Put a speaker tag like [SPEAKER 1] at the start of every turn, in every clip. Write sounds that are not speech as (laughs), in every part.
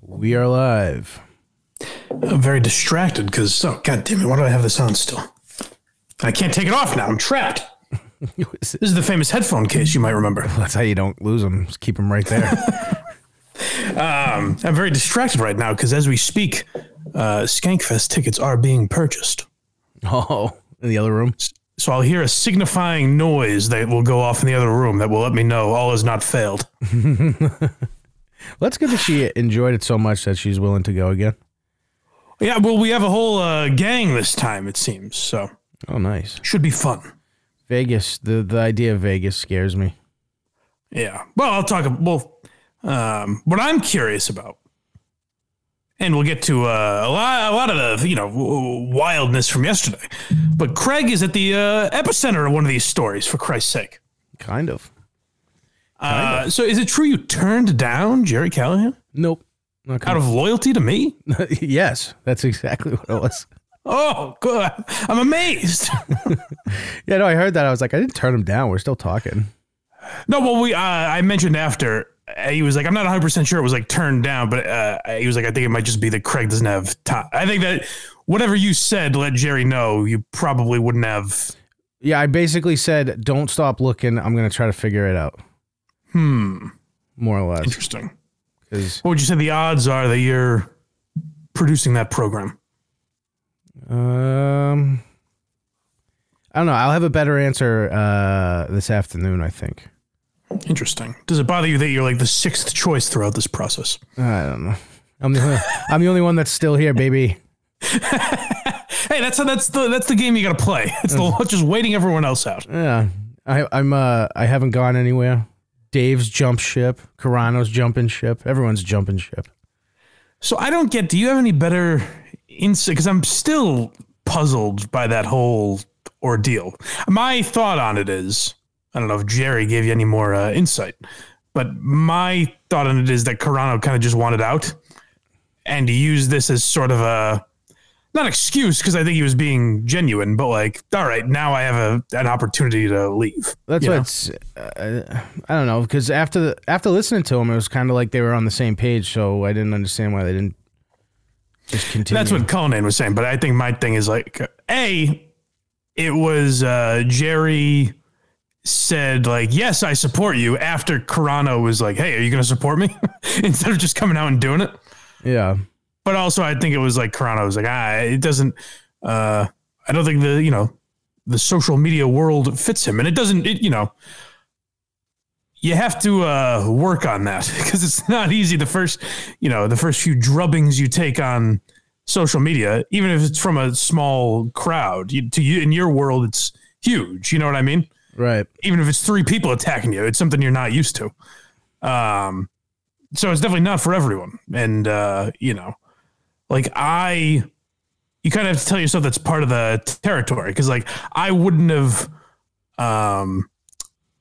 [SPEAKER 1] We are (laughs) live.
[SPEAKER 2] I'm very distracted because, oh, god damn it, why do I have this on still? I can't take it off now. I'm trapped. This is the famous headphone case you might remember.
[SPEAKER 1] That's how you don't lose them. Just keep them right there.
[SPEAKER 2] I'm very distracted right now because as we speak, uh, Skankfest tickets are being purchased.
[SPEAKER 1] (laughs) oh, in the other room.
[SPEAKER 2] So I'll hear a signifying noise that will go off in the other room that will let me know all is not failed.
[SPEAKER 1] That's good that she enjoyed it so much that she's willing to go again.
[SPEAKER 2] Yeah, well, we have a whole uh, gang this time, it seems. So
[SPEAKER 1] Oh, nice.
[SPEAKER 2] should be fun.
[SPEAKER 1] Vegas. The the idea of Vegas scares me.
[SPEAKER 2] Yeah. Well, I'll talk. Well, um, what I'm curious about, and we'll get to uh, a lot, a lot of the you know w- w- wildness from yesterday. But Craig is at the uh, epicenter of one of these stories. For Christ's sake.
[SPEAKER 1] Kind of.
[SPEAKER 2] Uh, so is it true you turned down Jerry Callahan
[SPEAKER 1] Nope. Not
[SPEAKER 2] out
[SPEAKER 1] kind
[SPEAKER 2] of loyalty to me?
[SPEAKER 1] of. (laughs) yes, that's exactly what it was.
[SPEAKER 2] Oh, good. I'm amazed.
[SPEAKER 1] Yeah, no, I heard that. I was like, I didn't turn him down. We're still talking.
[SPEAKER 2] no, well, we uh, I mentioned after uh, he was like, I'm not 100 percent sure it was like turned down, but uh, he was like, I think it might just be that Craig doesn't have time. I think that whatever you said, let Jerry know you probably wouldn't have.
[SPEAKER 1] Yeah, I basically said, don't stop looking. I'm gonna try to figure it out.
[SPEAKER 2] Hmm,
[SPEAKER 1] More or less,
[SPEAKER 2] interesting.
[SPEAKER 1] because
[SPEAKER 2] What would you say the odds are that you're producing that program?
[SPEAKER 1] um, I don't know. I'll have a better answer uh, this afternoon. I think.
[SPEAKER 2] Interesting. Does it bother you that you're like the sixth choice throughout this process?
[SPEAKER 1] I don't know. I'm the only, I'm the only one that's still here, baby.
[SPEAKER 2] Hey, that's that's the that's the game you got to play. (laughs) It's the just waiting everyone else out.
[SPEAKER 1] Yeah, I, I'm. Uh, I haven't gone anywhere. Dave's jump ship. Carano's jumping ship. Everyone's jumping ship.
[SPEAKER 2] So I don't get. Do you have any better insight? Because I'm still puzzled by that whole ordeal. My thought on it is, I don't know if Jerry gave you any more uh, insight, but my thought on it is that Carano kind of just wanted out, and he used this as sort of a not excuse because I think he was being genuine, but like, all right, now I have a an opportunity to leave.
[SPEAKER 1] That's
[SPEAKER 2] You know?
[SPEAKER 1] what's. Uh, I don't know because after the, after listening to him, it was kind of like they were on the same page. So I didn't understand why they didn't just continue.
[SPEAKER 2] That's what Conan was saying, but I think my thing is like A, it was uh Jerry said like, Yes, I support you after Carano was like, Hey, are you gonna support me? (laughs) Instead of just coming out and doing it.
[SPEAKER 1] Yeah.
[SPEAKER 2] But also I think it was like Carano was like, ah, it doesn't uh I don't think the you know the social media world fits him. And it doesn't it you know you have to uh, work on that (laughs) because it's not easy. The first, you know, the first few drubbings you take on social media, even if it's from a small crowd, you, to you in your world, it's huge. You know what I mean?
[SPEAKER 1] Right.
[SPEAKER 2] Even if it's three people attacking you, it's something you're not used to. Um, so it's definitely not for everyone. And uh, you know, like I, you kind of have to tell yourself that's part of the territory because, like, I wouldn't have, um,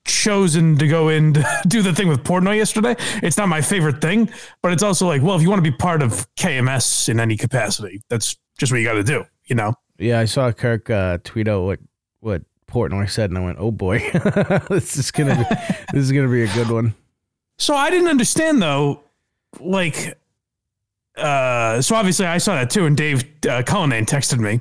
[SPEAKER 2] chosen to go in to (laughs) do the thing with Portnoy yesterday. It's not my favorite thing, but it's also like, well, if you want to be part of KMS in any capacity, that's just what you got to do. You know,
[SPEAKER 1] Yeah, I saw Kirk uh, tweet out what what Portnoy said, and I went, "Oh boy, (laughs) this is gonna be
[SPEAKER 2] (laughs)
[SPEAKER 1] this is gonna be a good one." (laughs)
[SPEAKER 2] So I didn't understand though, like, uh, so obviously I saw that too, and Dave uh, Cullinan texted me,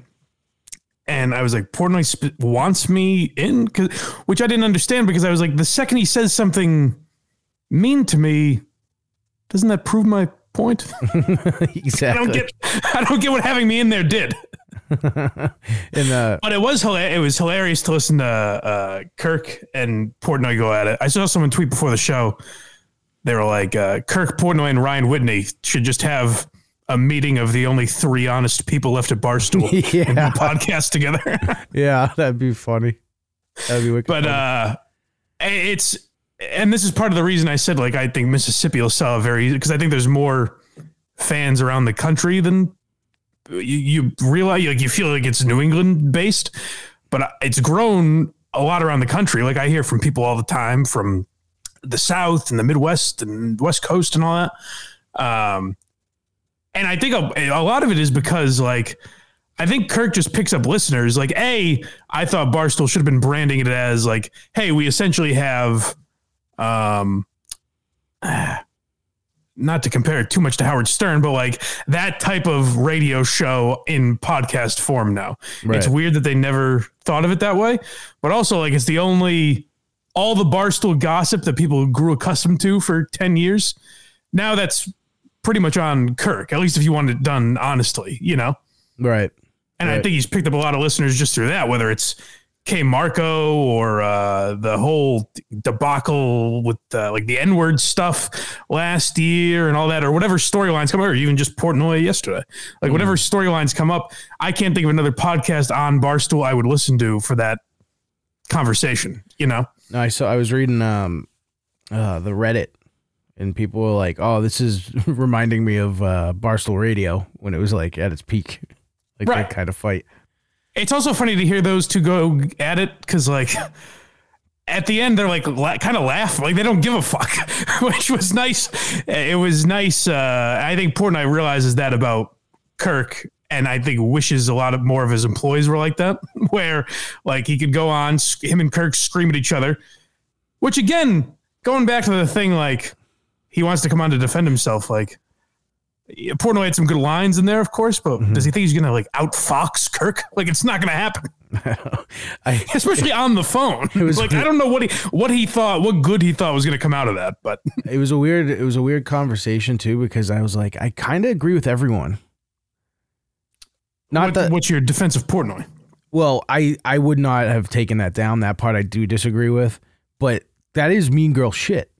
[SPEAKER 2] and I was like, Portnoy sp- wants me in, 'Cause- which I didn't understand because I was like, the second he says something mean to me, doesn't that prove my point? I
[SPEAKER 1] exactly. (laughs)
[SPEAKER 2] (laughs) don't get, I don't get what having me in there did.
[SPEAKER 1] and
[SPEAKER 2] (laughs)
[SPEAKER 1] uh,
[SPEAKER 2] But it was hila- it was hilarious to listen to uh, Kirk and Portnoy go at it. I saw someone tweet before the show. They were like, uh, Kirk Portnoy and Ryan Whitney should just have a meeting of the only three honest people left at Barstool and
[SPEAKER 1] (laughs)
[SPEAKER 2] do
[SPEAKER 1] Yeah.
[SPEAKER 2] a podcast together. (laughs)
[SPEAKER 1] yeah, that'd be funny. That'd be wicked.
[SPEAKER 2] but
[SPEAKER 1] funny.
[SPEAKER 2] uh, it's and this is part of the reason I said like I think Mississippi will sell very because I think there's more fans around the country than you, you realize like you feel like it's New England based, but it's grown a lot around the country. Like I hear from people all the time from the South and the Midwest and West Coast and all that. Um, and I think a, a lot of it is because like I think Kirk just picks up listeners. Like, a, I thought Barstool should have been branding it as like, hey, we essentially have, um, (sighs) not to compare it too much to Howard Stern, but like that type of radio show in podcast form now. It's
[SPEAKER 1] Right.
[SPEAKER 2] weird that they never thought of it that way, but also like it's the only all the barstool gossip that people grew accustomed to for 10 years. Now that's pretty much on Kirk, at least if you want it done honestly, you know?
[SPEAKER 1] Right.
[SPEAKER 2] And I
[SPEAKER 1] Right.
[SPEAKER 2] think he's picked up a lot of listeners just through that, whether it's K Marco or uh, the whole debacle with uh, like the N word stuff last year and all that, or whatever storylines come up, or even just Portnoy yesterday. Like, whatever storylines come up, I can't think of another podcast on Barstool I would listen to for that conversation, you know?
[SPEAKER 1] No, I saw. I was reading um, uh, the Reddit, and people were like, "Oh, this is (laughs) reminding me of uh, Barstool Radio when it was like at its peak, like
[SPEAKER 2] Right.
[SPEAKER 1] that kind of fight." (laughs)
[SPEAKER 2] It's also funny to hear those two go at it because, like, at the end they're like la- kind of laugh, like they don't give a fuck, (laughs) which was nice. It was nice. Uh, I think Portnoy realizes that about Kirk, and I think wishes a lot of more of his employees were like that, (laughs) where like he could go on sc- him and Kirk scream at each other, which again, going back to the thing, like he wants to come on to defend himself, like. yeah, Portnoy had some good lines in there, of course, but does he think he's gonna like outfox Kirk? (laughs) Like it's not gonna happen
[SPEAKER 1] I
[SPEAKER 2] especially on the phone.
[SPEAKER 1] was-
[SPEAKER 2] like I don't know what he what he thought, what good he thought was going to come out of that. But
[SPEAKER 1] it was a weird it was a weird conversation too because I was like, I kind of agree with everyone. Not
[SPEAKER 2] what,
[SPEAKER 1] that
[SPEAKER 2] what's your defense of Portnoy?
[SPEAKER 1] well, I I would not have taken that down. That part I do disagree with, but that is mean girl shit.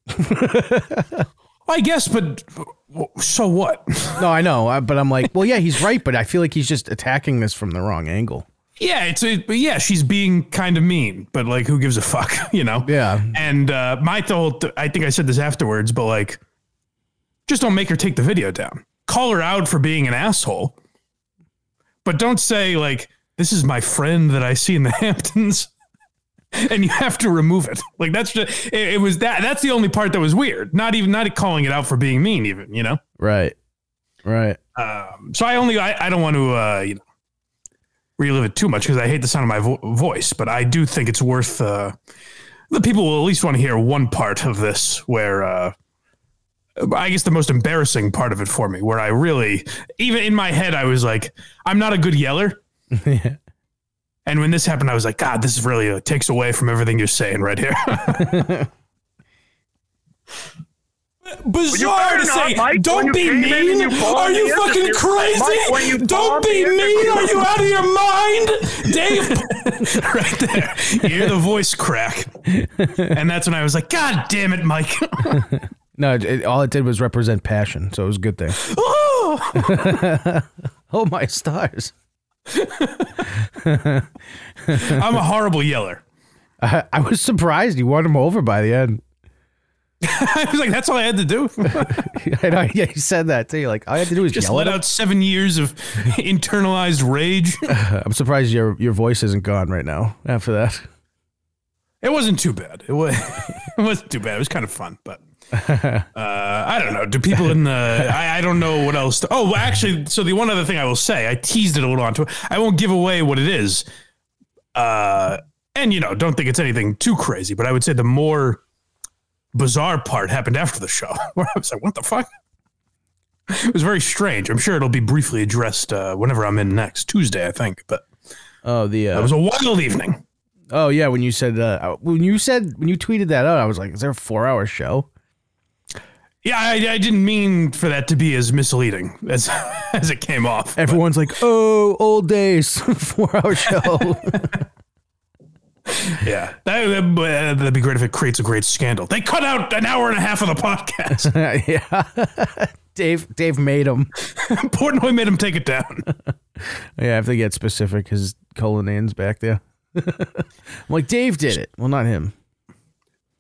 [SPEAKER 2] I guess, but w- so what? (laughs)
[SPEAKER 1] No, I know, I, but I'm like, well, yeah, he's right, but I feel like he's just attacking this from the wrong angle.
[SPEAKER 2] yeah, it's a, but yeah, she's being kind of mean, but like who gives a fuck, (laughs) you know?
[SPEAKER 1] Yeah,
[SPEAKER 2] And uh, my whole, th- I think I said this afterwards, but like, just don't make her take the video down. Call her out for being an asshole, but don't say like, "This is my friend that I see in the (laughs) Hamptons," and you have to remove it. Like that's just it, it was that. That's the only part that was weird. Not even not calling it out for being mean, even you know.
[SPEAKER 1] right, right. (laughs)
[SPEAKER 2] Um, so I only I, I don't want to uh, you know relive it too much because I hate the sound of my vo- voice, but I do think it's worth uh, the people will at least want to hear one part of this where uh, I guess the most embarrassing part of it for me, where I really even in my head I was like I'm not a good yeller.
[SPEAKER 1] Yeah.
[SPEAKER 2] And when this happened, I was like, God, this is really uh, takes away from everything you're saying right here. (laughs)
[SPEAKER 3] bizarre
[SPEAKER 4] better
[SPEAKER 3] to
[SPEAKER 4] not,
[SPEAKER 3] say.
[SPEAKER 4] Mike. When
[SPEAKER 3] Don't
[SPEAKER 4] you
[SPEAKER 3] be
[SPEAKER 4] came in and
[SPEAKER 3] mean.
[SPEAKER 4] you bombed
[SPEAKER 3] Are you
[SPEAKER 4] the
[SPEAKER 3] fucking
[SPEAKER 4] interview- Mike, when
[SPEAKER 3] crazy?
[SPEAKER 4] you
[SPEAKER 3] Don't
[SPEAKER 4] bombed
[SPEAKER 3] be
[SPEAKER 4] the
[SPEAKER 3] mean.
[SPEAKER 4] interview-
[SPEAKER 3] Are you out of your mind,
[SPEAKER 2] (laughs)
[SPEAKER 3] Dave?
[SPEAKER 2] right there. You hear the voice crack. And that's when I was like, God damn it, Mike. (laughs)
[SPEAKER 1] No, it, it- all it did was represent passion, so it was a good thing.
[SPEAKER 2] Oh!
[SPEAKER 1] Oh my stars!
[SPEAKER 2] I'm a horrible yeller. (laughs)
[SPEAKER 1] I, I was surprised you won him over by the end. (laughs)
[SPEAKER 2] I was like, that's all I had to do.
[SPEAKER 1] I know, yeah, you said that too. Like all I had to do was
[SPEAKER 2] Just
[SPEAKER 1] yell at
[SPEAKER 2] let
[SPEAKER 1] him.
[SPEAKER 2] out seven years of internalized rage.
[SPEAKER 1] I'm surprised your your voice isn't gone right now after that.
[SPEAKER 2] It wasn't too bad. It was (laughs) it wasn't too bad. It was kind of fun, but uh, I don't know. Do people in the I, I don't know what else. To, oh, well, actually, so the one other thing I will say, I teased it a little on Twitter. I won't give away what it is. Uh, and you know, don't think it's anything too crazy, but I would say the more bizarre part happened after the show, (laughs) where I was like, "What the fuck." It was very strange. I'm sure it'll be briefly addressed uh, whenever I'm in next Tuesday, I think. But
[SPEAKER 1] Oh the
[SPEAKER 2] it
[SPEAKER 1] uh,
[SPEAKER 2] was a wild evening.
[SPEAKER 1] oh yeah when you said uh, when you said when you tweeted that out I was like is there a four hour show?
[SPEAKER 2] Yeah, I, I didn't mean for that to be as misleading as (laughs) as it came off.
[SPEAKER 1] Everyone's like oh old days (laughs) four hour show. (laughs)
[SPEAKER 2] Yeah, that, that, would be great if it creates a great scandal. They cut out an hour and a half of the (laughs) podcast.
[SPEAKER 1] yeah, (laughs) Dave Dave made him.
[SPEAKER 2] Portnoy made him take it down.
[SPEAKER 1] Yeah, I have to get specific because Colonan's back there. (laughs) I'm like Dave did it. Well, not him.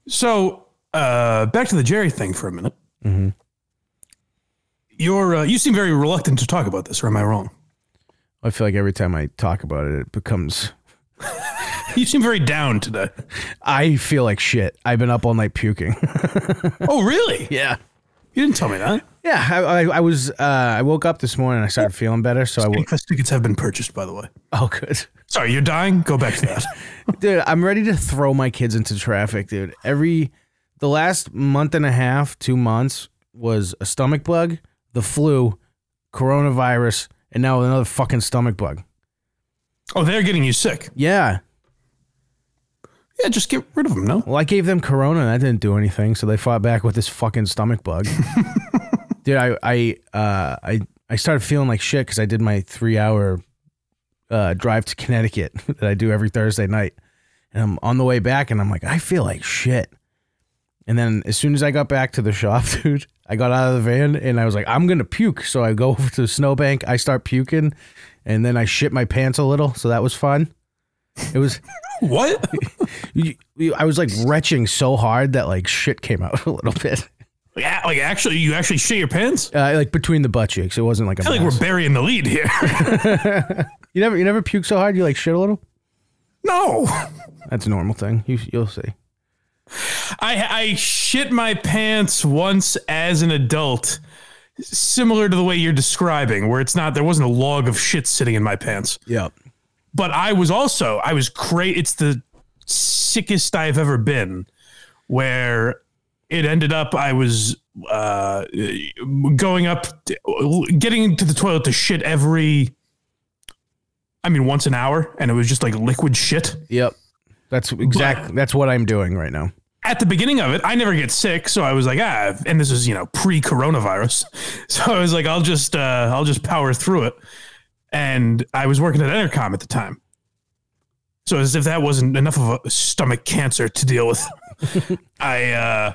[SPEAKER 2] So uh, back to the Jerry thing for a minute. Mm-hmm. You're uh, you seem very reluctant to talk about this, or am I wrong?
[SPEAKER 1] I feel like every time I talk about it, it becomes.
[SPEAKER 2] You seem very down (laughs) today.
[SPEAKER 1] I feel like shit. I've been up all night puking. (laughs)
[SPEAKER 2] oh, really?
[SPEAKER 1] yeah.
[SPEAKER 2] You didn't tell me that.
[SPEAKER 1] Yeah, I, I, I was. Uh, I woke up this morning. I started feeling better, so I. Woke, (laughs)
[SPEAKER 2] Because tickets have been purchased, by the way.
[SPEAKER 1] oh, good,
[SPEAKER 2] Sorry, you're dying. Go back (laughs) to that.
[SPEAKER 1] dude. I'm ready to throw my kids into traffic, dude. Every the last month and a half, two months, was a stomach bug, the flu, coronavirus, and now another fucking stomach bug.
[SPEAKER 2] Oh, they're getting you sick.
[SPEAKER 1] Yeah.
[SPEAKER 2] Yeah, just get rid of them. No,
[SPEAKER 1] Well, I gave them corona and that didn't do anything, so they fought back with this fucking stomach bug. Dude, I I uh I I started feeling like shit cuz I did my 3-hour uh drive to Connecticut (laughs) that I do every Thursday night. And I'm on the way back and I'm like, I feel like shit. And then as soon as I got back to the shop, (laughs) dude, I got out of the van and I was like, I'm going to puke. So I go (laughs) over to Snowbank, I start puking, and then I shit my pants a little, so that was fun. It was
[SPEAKER 2] (laughs) what?
[SPEAKER 1] you, you, I was like retching so hard that like shit came out (laughs) a little bit,
[SPEAKER 2] yeah, like actually, you actually shit your pants.
[SPEAKER 1] uh, like between the butt cheeks. It wasn't like a.
[SPEAKER 2] I feel like
[SPEAKER 1] mess.
[SPEAKER 2] we're burying the lead here. (laughs)
[SPEAKER 1] you never you never puke so hard you like shit a little.
[SPEAKER 2] no,
[SPEAKER 1] That's a normal thing. You you'll see.
[SPEAKER 2] I I shit my pants once as an adult, similar to the way you're describing, where it's not there wasn't a log of shit sitting in my pants.
[SPEAKER 1] Yeah.
[SPEAKER 2] but I was also I was crazy. It's the sickest I've ever been, where it ended up I was uh, going up, getting to the toilet to shit every. I mean, once an hour, and it was just like liquid shit.
[SPEAKER 1] Yep. That's exactly that's what I'm doing right now.
[SPEAKER 2] At the beginning of it, I never get sick, so I was like, ah, and this is you know pre-coronavirus, (laughs) so I was like, I'll just uh, I'll just power through it. And I was working at Entercom at the time, So as if that wasn't enough of a stomach cancer to deal with, I, uh,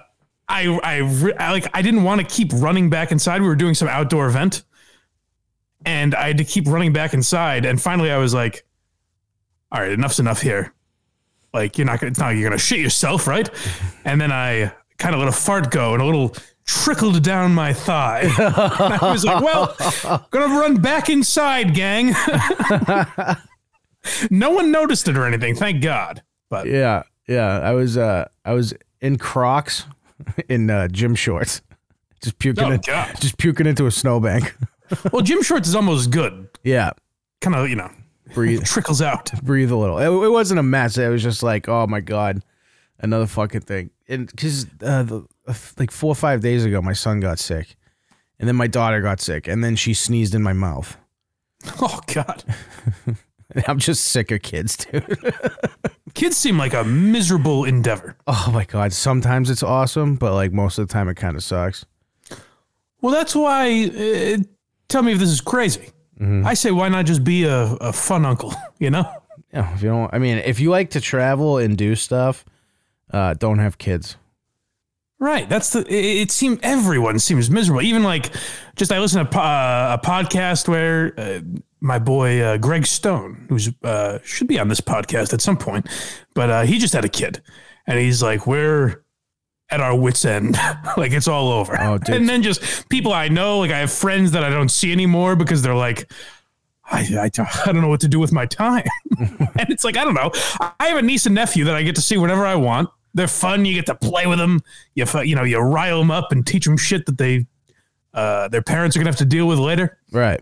[SPEAKER 2] I, I, re- I, like, I didn't want to keep running back inside. We were doing some outdoor event, and I had to keep running back inside. And finally, I was like, "All right, enough's enough here. Like, you're not gonna, it's not like you're gonna shit yourself, right?" And then I kind of let a fart go, and a little trickled down my thigh. (laughs) and I was like, "Well, gonna run back inside, gang." (laughs) no one noticed it or anything, thank God. But
[SPEAKER 1] Yeah. Yeah. I was uh I was in Crocs (laughs) in uh, gym shorts. Just puking
[SPEAKER 2] Oh,
[SPEAKER 1] in-
[SPEAKER 2] God.
[SPEAKER 1] just puking into a snowbank. (laughs)
[SPEAKER 2] well, gym shorts is almost good.
[SPEAKER 1] Yeah.
[SPEAKER 2] Kind of, you know,
[SPEAKER 1] Breathe
[SPEAKER 2] (laughs) trickles out.
[SPEAKER 1] breathe a little. It, it wasn't a mess. It was just like, oh my god, another fucking thing. And because uh, the like four or five days ago, my son got sick, and then my daughter got sick, and then she sneezed in my mouth. (laughs)
[SPEAKER 2] Oh God,
[SPEAKER 1] I'm just sick of kids, (laughs) dude.
[SPEAKER 2] kids seem like a miserable endeavor.
[SPEAKER 1] Oh my god. Sometimes it's awesome, but like most of the time, it kind of sucks.
[SPEAKER 2] Well, that's why. Uh, tell me if this is crazy. I say, why not just be a, a fun uncle? (laughs) You know,
[SPEAKER 1] Yeah. If you don't, I mean, if you like to travel and do stuff, uh, don't have kids.
[SPEAKER 2] right? That's the. It, it seems everyone seems miserable. Even like, just I listen to po- uh, a podcast where uh, my boy uh, Greg Stone, who's uh, should be on this podcast at some point, but uh, he just had a kid, and he's like, we're at our wits end, (laughs) like it's all over.
[SPEAKER 1] Oh, dude.
[SPEAKER 2] (laughs) and then just people I know, like I have friends that I don't see anymore because they're like. I, I, don't- I don't know what to do with my time. (laughs) and it's like, I don't know. I have a niece and nephew that I get to see whenever I want. They're fun. You get to play with them. You, fu- you know, you rile them up and teach them shit that they, uh, their parents are going to have to deal with later.
[SPEAKER 1] Right.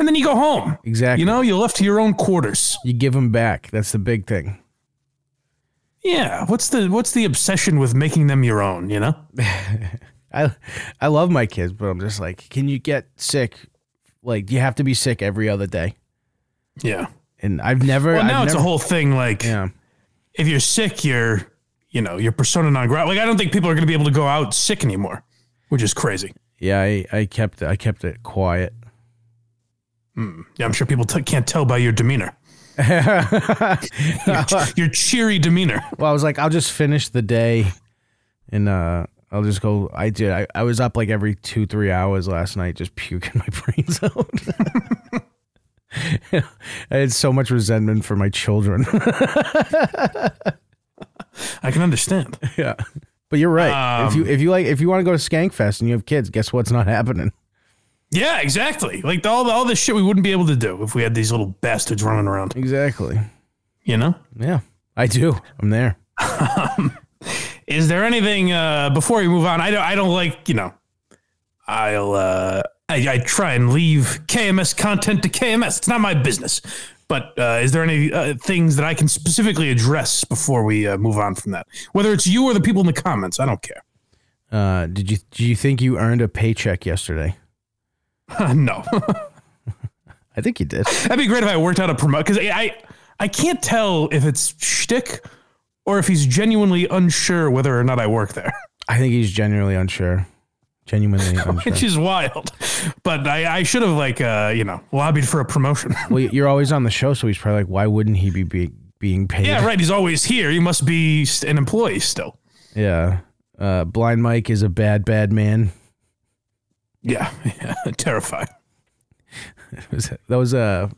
[SPEAKER 2] And then you go home.
[SPEAKER 1] Exactly.
[SPEAKER 2] You know, you're left to your own quarters.
[SPEAKER 1] you give them back. That's the big thing.
[SPEAKER 2] Yeah. What's the, what's the obsession with making them your own, you know?
[SPEAKER 1] I I love my kids, but I'm just like, can you get sick? Like you have to be sick every other day.
[SPEAKER 2] Yeah.
[SPEAKER 1] And I've never
[SPEAKER 2] Well,
[SPEAKER 1] I've
[SPEAKER 2] now it's a
[SPEAKER 1] never-
[SPEAKER 2] whole thing. Like,
[SPEAKER 1] yeah.
[SPEAKER 2] if you're sick, you're, you know, you're persona non grata. Like, I don't think people are going to be able to go out sick anymore, which is crazy.
[SPEAKER 1] Yeah, I, I kept I kept it quiet. (laughs)
[SPEAKER 2] Yeah, I'm sure people t- can't tell by
[SPEAKER 1] (laughs)
[SPEAKER 2] your demeanor, your, your cheery demeanor.
[SPEAKER 1] Well, I was like, I'll just finish the day and uh I'll just go I did I, I was up like every two, three hours last night just puking my (laughs) brains out. I had so much resentment for my children. (laughs)
[SPEAKER 2] I can understand.
[SPEAKER 1] yeah. But you're right. if
[SPEAKER 2] Um,
[SPEAKER 1] you if you like if you want to go to Skankfest and you have kids, guess what's not happening?
[SPEAKER 2] Yeah, exactly. Like all the, all this shit we wouldn't be able to do if we had these little bastards running around.
[SPEAKER 1] Exactly.
[SPEAKER 2] You know?
[SPEAKER 1] Yeah, I do. I'm there.
[SPEAKER 2] Is there anything uh, before we move on? I don't. I don't like you know. I'll. Uh, I, I try and leave KMS content to KMS. It's not my business. But uh, is there any uh, things that I can specifically address before we uh, move on from that? Whether it's you or the people in the comments, I don't care. (laughs)
[SPEAKER 1] Uh, did you do you think you earned a paycheck yesterday?
[SPEAKER 2] no,
[SPEAKER 1] I think you did.
[SPEAKER 2] that'd be great if I worked out a promote because I, I I can't tell if it's shtick or if he's genuinely unsure whether or not I work there, (laughs)
[SPEAKER 1] I think he's genuinely unsure. (laughs) Genuinely unsure.
[SPEAKER 2] which is wild. But I, I should have like uh, you know lobbied for a promotion. (laughs)
[SPEAKER 1] well, you're always on the show, so he's probably like, why wouldn't he be, be being paid?
[SPEAKER 2] yeah, right. He's always here. You must be st- an employee still.
[SPEAKER 1] Yeah. Uh, Blind Mike is a bad, bad man. (laughs)
[SPEAKER 2] Yeah, (laughs) yeah terrifying.
[SPEAKER 1] that was a uh,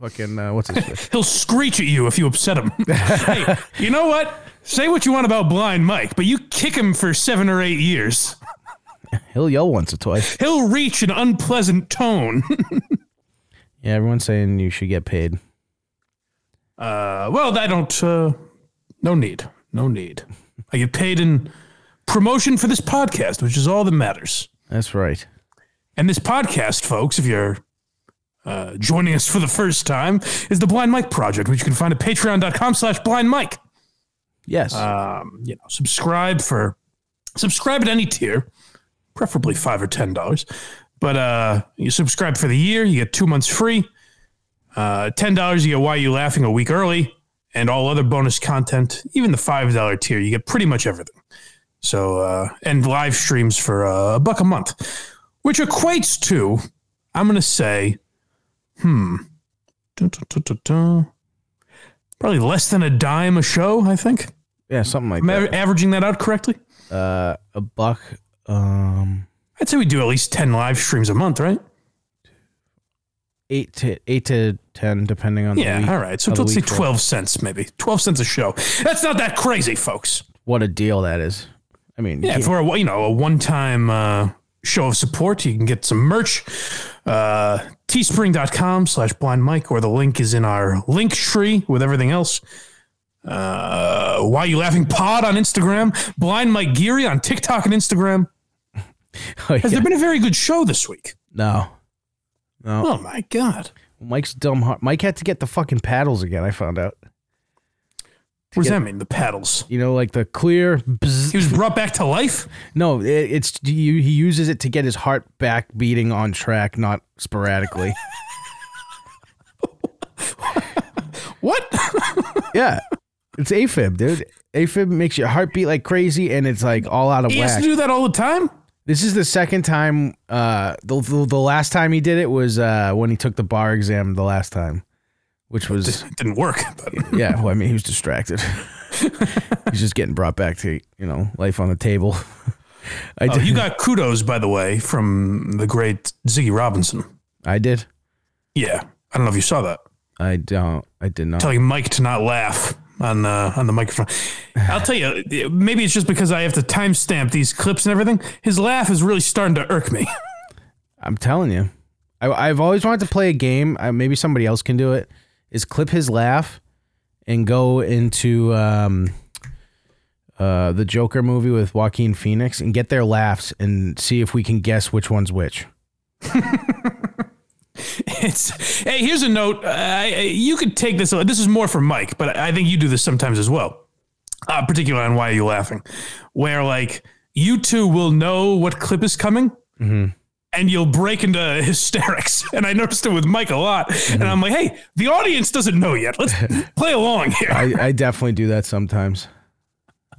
[SPEAKER 1] fucking uh, what's his face?
[SPEAKER 2] He'll screech at you if you upset (laughs) him. hey, you know what? Say what you want about Blind Mike, but you kick him for seven or eight years.
[SPEAKER 1] (laughs) He'll yell once or twice.
[SPEAKER 2] He'll reach an unpleasant tone. (laughs)
[SPEAKER 1] Yeah, everyone's saying you should get paid.
[SPEAKER 2] Uh, well, I don't. Uh, no need. No need. I get paid in promotion for this podcast, which is all that matters.
[SPEAKER 1] That's right.
[SPEAKER 2] And this podcast, folks, if you're uh, joining us for the first time, is the Blind Mike Project, which you can find at patreon.com slash blind Mike.
[SPEAKER 1] Yes.
[SPEAKER 2] um, you know, subscribe for subscribe at any tier, preferably five or ten dollars. But uh, you subscribe for the year, you get two months free. Uh, ten dollars, you get why you laughing a week early, and all other bonus content. Even the five dollar tier, you get pretty much everything. So uh, and live streams for uh, a buck a month, which equates to, I'm gonna say, hmm, dun, dun, dun, dun, dun. probably less than a dime a show. I think.
[SPEAKER 1] yeah, something like
[SPEAKER 2] Am I
[SPEAKER 1] that.
[SPEAKER 2] averaging that out correctly?
[SPEAKER 1] Uh, a buck. Um,
[SPEAKER 2] I'd say we do at least 10 live streams a month, right?
[SPEAKER 1] eight to eight to ten, depending on
[SPEAKER 2] Yeah.
[SPEAKER 1] the week.
[SPEAKER 2] All right. So
[SPEAKER 1] how the
[SPEAKER 2] let's say
[SPEAKER 1] week falls.
[SPEAKER 2] 12 cents, maybe. 12 cents a show. That's not that crazy, folks.
[SPEAKER 1] What a deal that is. I mean, (laughs)
[SPEAKER 2] Yeah.
[SPEAKER 1] yeah,
[SPEAKER 2] For a, you know, a one time uh, show of support, you can get some merch. Uh, teespring.com slash blind mike, or the link is in our link tree with everything else. Uh, why you laughing pod on Instagram, blind Mike Geary on TikTok and Instagram.
[SPEAKER 1] Oh,
[SPEAKER 2] Has
[SPEAKER 1] yeah.
[SPEAKER 2] there been a very good show this week?
[SPEAKER 1] no.
[SPEAKER 2] Oh my God.
[SPEAKER 1] Mike's dumb. Heart. Mike had to get the fucking paddles again. I found out.
[SPEAKER 2] What does that mean? The paddles.
[SPEAKER 1] You know, like the clear. Bzz,
[SPEAKER 2] He was brought back to life.
[SPEAKER 1] No, it, it's you, he uses it to get his heart back beating on track, not sporadically.
[SPEAKER 2] (laughs) What? (laughs)
[SPEAKER 1] yeah, it's AFib, dude. AFib makes your heart beat like crazy, and it's like all out of
[SPEAKER 2] He has
[SPEAKER 1] whack.
[SPEAKER 2] to do that all the time?
[SPEAKER 1] this is the second time. Uh, the, the the last time he did it was uh when he took the bar exam the last time, which was
[SPEAKER 2] It didn't work. (laughs) But
[SPEAKER 1] yeah. Well, I mean, he was distracted. (laughs) He's just getting brought back to you know life on the table. I
[SPEAKER 2] Oh,
[SPEAKER 1] did.
[SPEAKER 2] you got kudos, by the way, from the great Ziggy Robinson.
[SPEAKER 1] I did.
[SPEAKER 2] Yeah. I don't know if you saw that.
[SPEAKER 1] I don't. I did not.
[SPEAKER 2] Telling Mike to not laugh on the on the microphone. I'll tell you, maybe it's just because I have to timestamp these clips and everything. His laugh is really starting to irk me. (laughs)
[SPEAKER 1] I'm telling you, I, I've always wanted to play a game. Uh, maybe somebody else can do it. Is clip his laugh and go into um, uh, the Joker movie with Joaquin Phoenix and get their laughs and see if we can guess which one's which.
[SPEAKER 2] It's hey, here's a note. Uh, I, I- you could take this. This is more for Mike, but I think you do this sometimes as well. Uh, particularly on why are you laughing, where like you two will know what clip is coming, and you'll break into (laughs) hysterics. And I noticed it with Mike a lot, and I'm like, hey, the audience doesn't know yet. Let's play along here.
[SPEAKER 1] I, I definitely do that sometimes.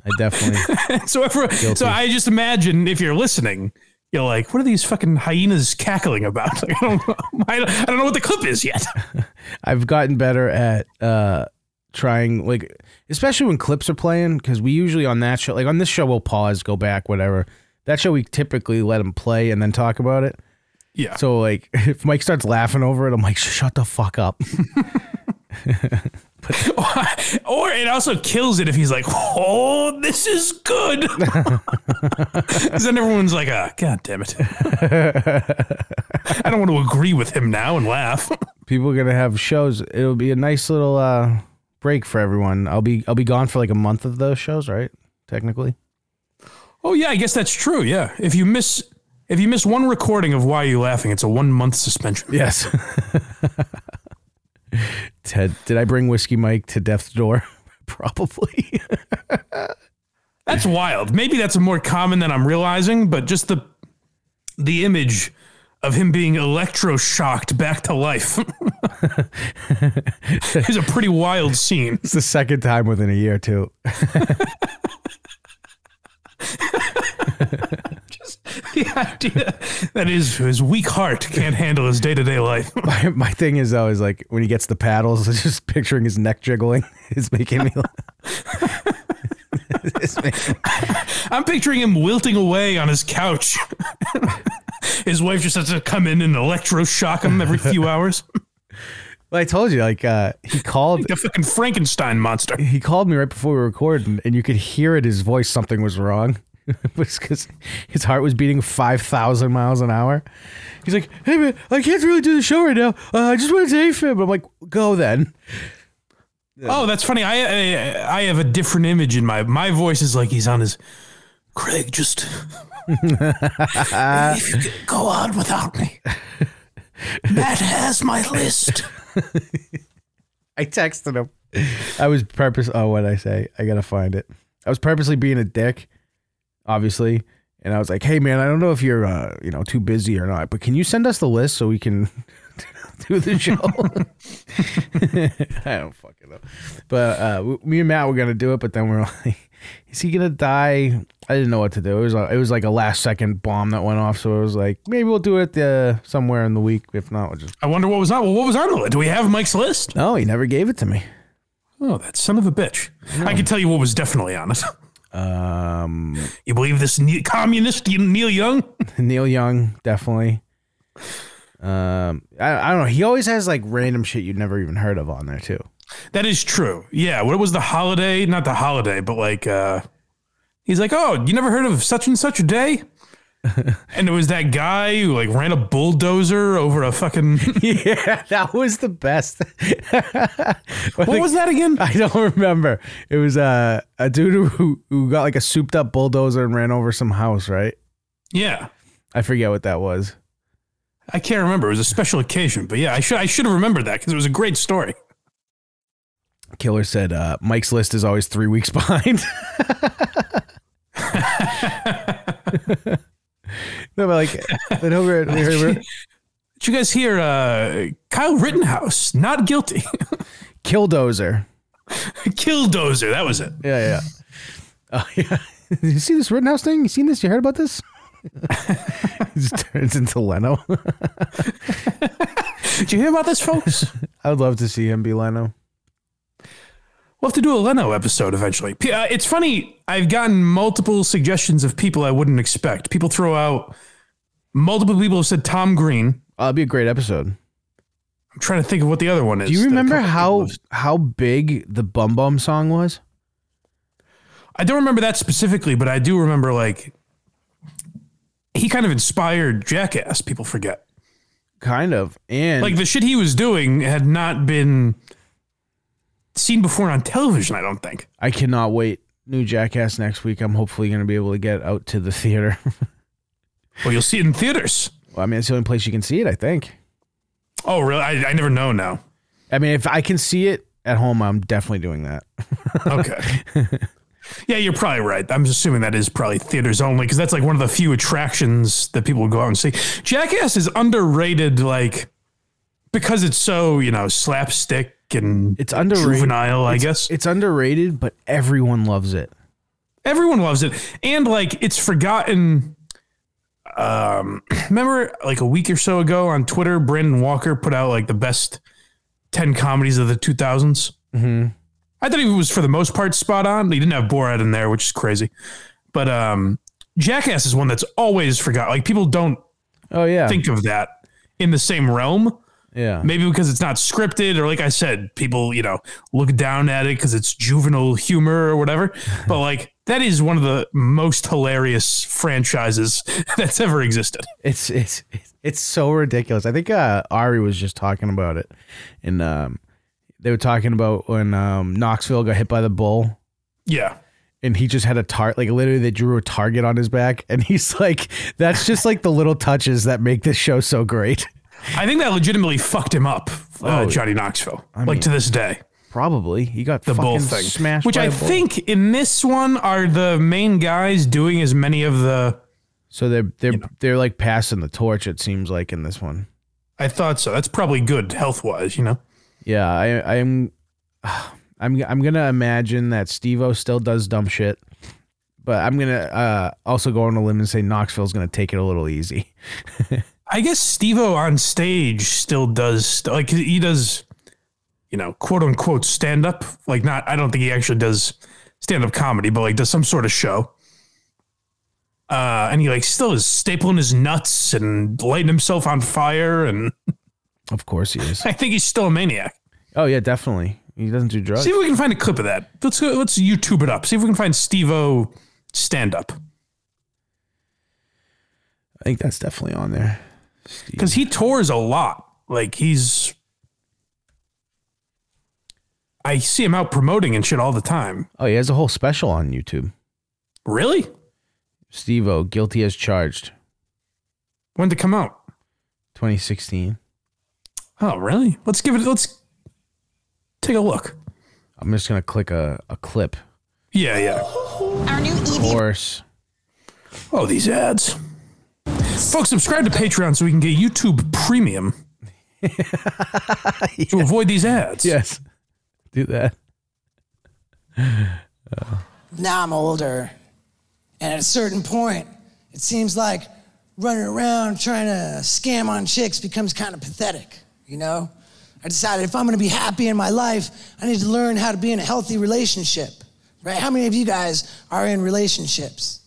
[SPEAKER 1] I definitely.
[SPEAKER 2] (laughs) so everyone, so I just imagine if you're listening. You're like, what are these fucking hyenas cackling about? (laughs) Like, I, don't know. I don't- I don't know what the clip is yet.
[SPEAKER 1] I've gotten better at uh trying like especially when clips are playing because we usually on that show like on this show we'll pause go back whatever that show we typically let him play and then talk about it
[SPEAKER 2] Yeah.
[SPEAKER 1] so like (laughs) if mike starts laughing over it i'm like shut the fuck up (laughs)
[SPEAKER 2] (laughs) or it also kills it if he's like, "Oh, this is good," because then everyone's like, "Ah, god damn it!" I don't want to agree with him now and laugh. (laughs)
[SPEAKER 1] people are gonna have shows it'll be a nice little uh break for everyone i'll be i'll be gone for like a month of those shows right technically
[SPEAKER 2] oh yeah, I guess that's true. Yeah, if you miss if you miss one recording of Why Are You Laughing, it's a one month suspension.
[SPEAKER 1] yes (laughs) ted did i bring whiskey mike to death's door probably
[SPEAKER 2] That's wild. Maybe that's more common than I'm realizing, but just the the image of him being electroshocked back to life (laughs) is a pretty wild scene.
[SPEAKER 1] It's the second time within a year too. (laughs)
[SPEAKER 2] (laughs) The idea that his his weak heart can't handle his day to day life. (laughs)
[SPEAKER 1] My, my thing is though is like when he gets the paddles, (laughs) it's just picturing his neck jiggling (laughs) is making me. laugh. (laughs) It's making-
[SPEAKER 2] I'm picturing him wilting away on his couch. (laughs) his wife just has to come in and electroshock him every few hours.
[SPEAKER 1] well, I told you, like uh, he called.
[SPEAKER 2] The fucking Frankenstein monster.
[SPEAKER 1] He called me right before we recorded, and, and you could hear in his voice something was wrong. (laughs) because his heart was beating 5,000 miles an hour. He's like, hey, man, I can't really do the show right now. Uh, I just want to take AFib. I'm like, go then.
[SPEAKER 2] Oh, that's funny. I, I I have a different image in my my voice is like he's on his Craig. Just if you could go on without me. Matt has my list.
[SPEAKER 1] (laughs) I texted him. I was purpose. Oh, what I say? I gotta find it. I was purposely being a dick, obviously, and I was like, "Hey, man, I don't know if you're, uh, you know, too busy or not, but can you send us the list so we can (laughs) do the show?" (laughs) I don't fucking know. But uh, w- me and Matt were gonna do it, but then we're (laughs) like, "Is he gonna die?" I didn't know what to do. It was a, it was like a last second bomb that went off, so it was like, maybe we'll do it uh, somewhere in the week. If not, we'll just.
[SPEAKER 2] I wonder what was on. Well, what was on the list? Do we have Mike's list?
[SPEAKER 1] No, he never gave it to me.
[SPEAKER 2] Oh, that son of a bitch! I can tell you what was definitely on it. (laughs)
[SPEAKER 1] Um.
[SPEAKER 2] You believe this ne- communist Neil Young?
[SPEAKER 1] Neil Young, definitely. Um, I, I don't know. He always has like random shit you'd never even heard of on there
[SPEAKER 2] (laughs)
[SPEAKER 1] too.
[SPEAKER 2] That is true. Yeah. What was the holiday? Not the holiday, but like uh he's like, Oh, you never heard of such and such a day? and it was that guy who like ran a bulldozer over a fucking
[SPEAKER 1] yeah, that was the best. (laughs)
[SPEAKER 2] what was that again?
[SPEAKER 1] I don't remember. It was uh, a dude who who got like a souped up bulldozer and ran over some house, right?
[SPEAKER 2] Yeah.
[SPEAKER 1] I forget what that was.
[SPEAKER 2] I can't remember. It was a special occasion, but yeah, I should I should have remembered that because it was a great story.
[SPEAKER 1] Killer said uh, Mike's list is always three weeks (laughs) behind.
[SPEAKER 2] (laughs)
[SPEAKER 1] no, but like, but over, at- we
[SPEAKER 2] (laughs)
[SPEAKER 1] were-
[SPEAKER 2] Did you guys hear uh Kyle Rittenhouse, not guilty. (laughs)
[SPEAKER 1] Killdozer.
[SPEAKER 2] Killdozer, that was it.
[SPEAKER 1] Yeah, yeah. (laughs) Oh, yeah. (laughs) you see this Rittenhouse thing? You seen this? You heard about this? (laughs) it just (laughs) turns into Leno. (laughs)
[SPEAKER 2] Did you hear about this, folks?
[SPEAKER 1] I would love to see him be Leno.
[SPEAKER 2] We'll have to do a Leno episode eventually. P- uh, it's funny, I've gotten multiple suggestions of people I wouldn't expect. People throw out, multiple people have said Tom Green.
[SPEAKER 1] Oh, that'd be a great episode.
[SPEAKER 2] I'm trying to think of what the other one is.
[SPEAKER 1] Do you
[SPEAKER 2] that a
[SPEAKER 1] remember
[SPEAKER 2] couple
[SPEAKER 1] how
[SPEAKER 2] people have-
[SPEAKER 1] how big the Bum Bum song was?
[SPEAKER 2] I don't remember that specifically, but I do remember like he kind of inspired Jackass, people forget.
[SPEAKER 1] Kind of. And
[SPEAKER 2] Like the shit he was doing had not been seen before on television, I don't think.
[SPEAKER 1] I cannot wait. New Jackass next week. I'm hopefully going to be able to get out to the (laughs) theater.
[SPEAKER 2] Well, you'll see it in theaters.
[SPEAKER 1] well, I mean, it's the only place you can see it, I think.
[SPEAKER 2] Oh, really? I, I never know now.
[SPEAKER 1] I mean, if I can see it at home, I'm definitely doing that.
[SPEAKER 2] Okay. (laughs) yeah, you're probably right. I'm assuming that is probably theaters only because that's like one of the few attractions that people go out and see. Jackass is underrated, like because it's so you know slapstick and
[SPEAKER 1] It's underrated.
[SPEAKER 2] juvenile. I guess
[SPEAKER 1] It's underrated, but everyone loves it.
[SPEAKER 2] everyone loves it, and like it's forgotten. Um, (clears throat) remember like a week or so ago on Twitter, Brandon Walker put out like the best ten comedies of the 2000s.
[SPEAKER 1] hmm
[SPEAKER 2] I thought he was for the most part spot on. He didn't have Borat in there, which is crazy. But um, Jackass is one that's always forgot. Like people don't
[SPEAKER 1] Oh yeah,
[SPEAKER 2] think of that in the same realm.
[SPEAKER 1] yeah.
[SPEAKER 2] Maybe because it's not scripted, or like I said, people you know look down at it because it's juvenile humor
[SPEAKER 1] (laughs)
[SPEAKER 2] or whatever. but like that is one of the most hilarious franchises (laughs) that's ever existed.
[SPEAKER 1] It's it's it's so ridiculous. I think uh, Ari was just talking about it, and um, they were talking about when um, Knoxville got hit by the bull,
[SPEAKER 2] Yeah,
[SPEAKER 1] and he just had a tart like literally they drew a target on his back, and (laughs) he's like, that's just like the little touches that make this show so great.
[SPEAKER 2] I think that legitimately fucked him up, uh,
[SPEAKER 1] Oh.
[SPEAKER 2] Johnny Knoxville. like to this day,
[SPEAKER 1] Probably he got
[SPEAKER 2] the
[SPEAKER 1] fucking
[SPEAKER 2] bull thing,
[SPEAKER 1] smashed.
[SPEAKER 2] which
[SPEAKER 1] by
[SPEAKER 2] I
[SPEAKER 1] a bull.
[SPEAKER 2] think in this one are the main guys doing as many of the.
[SPEAKER 1] So they're they're they're like passing the torch. It seems like in this one.
[SPEAKER 2] I thought so. That's probably good health wise, you know.
[SPEAKER 1] Yeah, I I'm (sighs) I'm I'm gonna imagine that Stevo still does dumb shit, but I'm gonna uh, also go on a limb and say Knoxville's gonna take it a little easy.
[SPEAKER 2] I guess Stevo on stage still does st- like he does, you know, quote unquote stand up. Like not, I don't think he actually does stand up comedy, but like does some sort of show. Uh, and he like still is stapling his nuts and lighting himself on fire, and (laughs)
[SPEAKER 1] Of course he (laughs) is.
[SPEAKER 2] I think he's still a maniac.
[SPEAKER 1] Oh yeah, definitely. He doesn't do drugs.
[SPEAKER 2] See if we can find a clip of that. Let's go, let's YouTube it up. See if we can find Stevo stand up
[SPEAKER 1] I think that's definitely on there.
[SPEAKER 2] because he tours a lot. Like he's, I see him out promoting and shit all the time.
[SPEAKER 1] Oh, he has a whole special on YouTube.
[SPEAKER 2] Really?
[SPEAKER 1] Stevo, guilty as charged,
[SPEAKER 2] When to come out?
[SPEAKER 1] 2016.
[SPEAKER 2] Oh, really? Let's give it. Let's take a look.
[SPEAKER 1] I'm just gonna click a, a clip.
[SPEAKER 2] Yeah, yeah.
[SPEAKER 4] Our new EV
[SPEAKER 1] Horse.
[SPEAKER 2] Oh, these ads. Folks, subscribe to Patreon so we can get YouTube Premium to avoid these ads.
[SPEAKER 1] Yes. Do that.
[SPEAKER 5] now I'm older. And at a certain point, it seems like running around trying to scam on chicks becomes kind of pathetic, you know? I decided if I'm gonna be happy in my life, I need to learn how to be in a healthy relationship, right? How many of you guys are in relationships?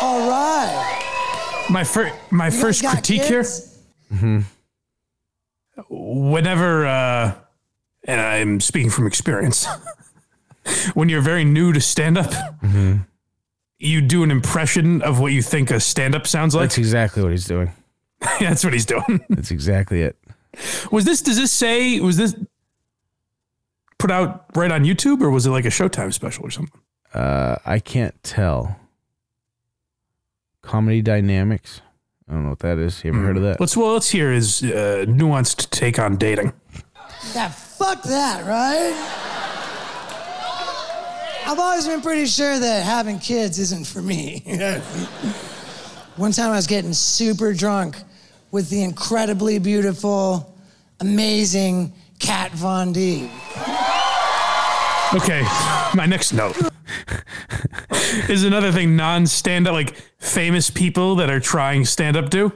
[SPEAKER 5] All right.
[SPEAKER 2] My first, my
[SPEAKER 5] You guys
[SPEAKER 2] first
[SPEAKER 5] got
[SPEAKER 2] critique here.
[SPEAKER 5] kids?
[SPEAKER 2] Whenever, uh, and I'm speaking from experience, (laughs) when you're very new to stand up, Mm-hmm. you do an impression of what you think a stand up sounds like.
[SPEAKER 1] That's exactly what he's doing.
[SPEAKER 2] (laughs) That's what he's doing.
[SPEAKER 1] That's exactly it.
[SPEAKER 2] Was this? Does this say? Was this put out right on YouTube, or was it like a Showtime special or something?
[SPEAKER 1] Uh, I can't tell. Comedy dynamics. I don't know what that is. You ever heard of that?
[SPEAKER 2] Let's well, let's hear his uh, nuanced take on dating.
[SPEAKER 5] Yeah, fuck that, right? I've always been pretty sure that having kids isn't for me. (laughs) One time I was getting super drunk with the incredibly beautiful, amazing Kat Von D.
[SPEAKER 2] Okay, my next note (laughs) is another thing non-stand up, like famous people that are trying stand up do.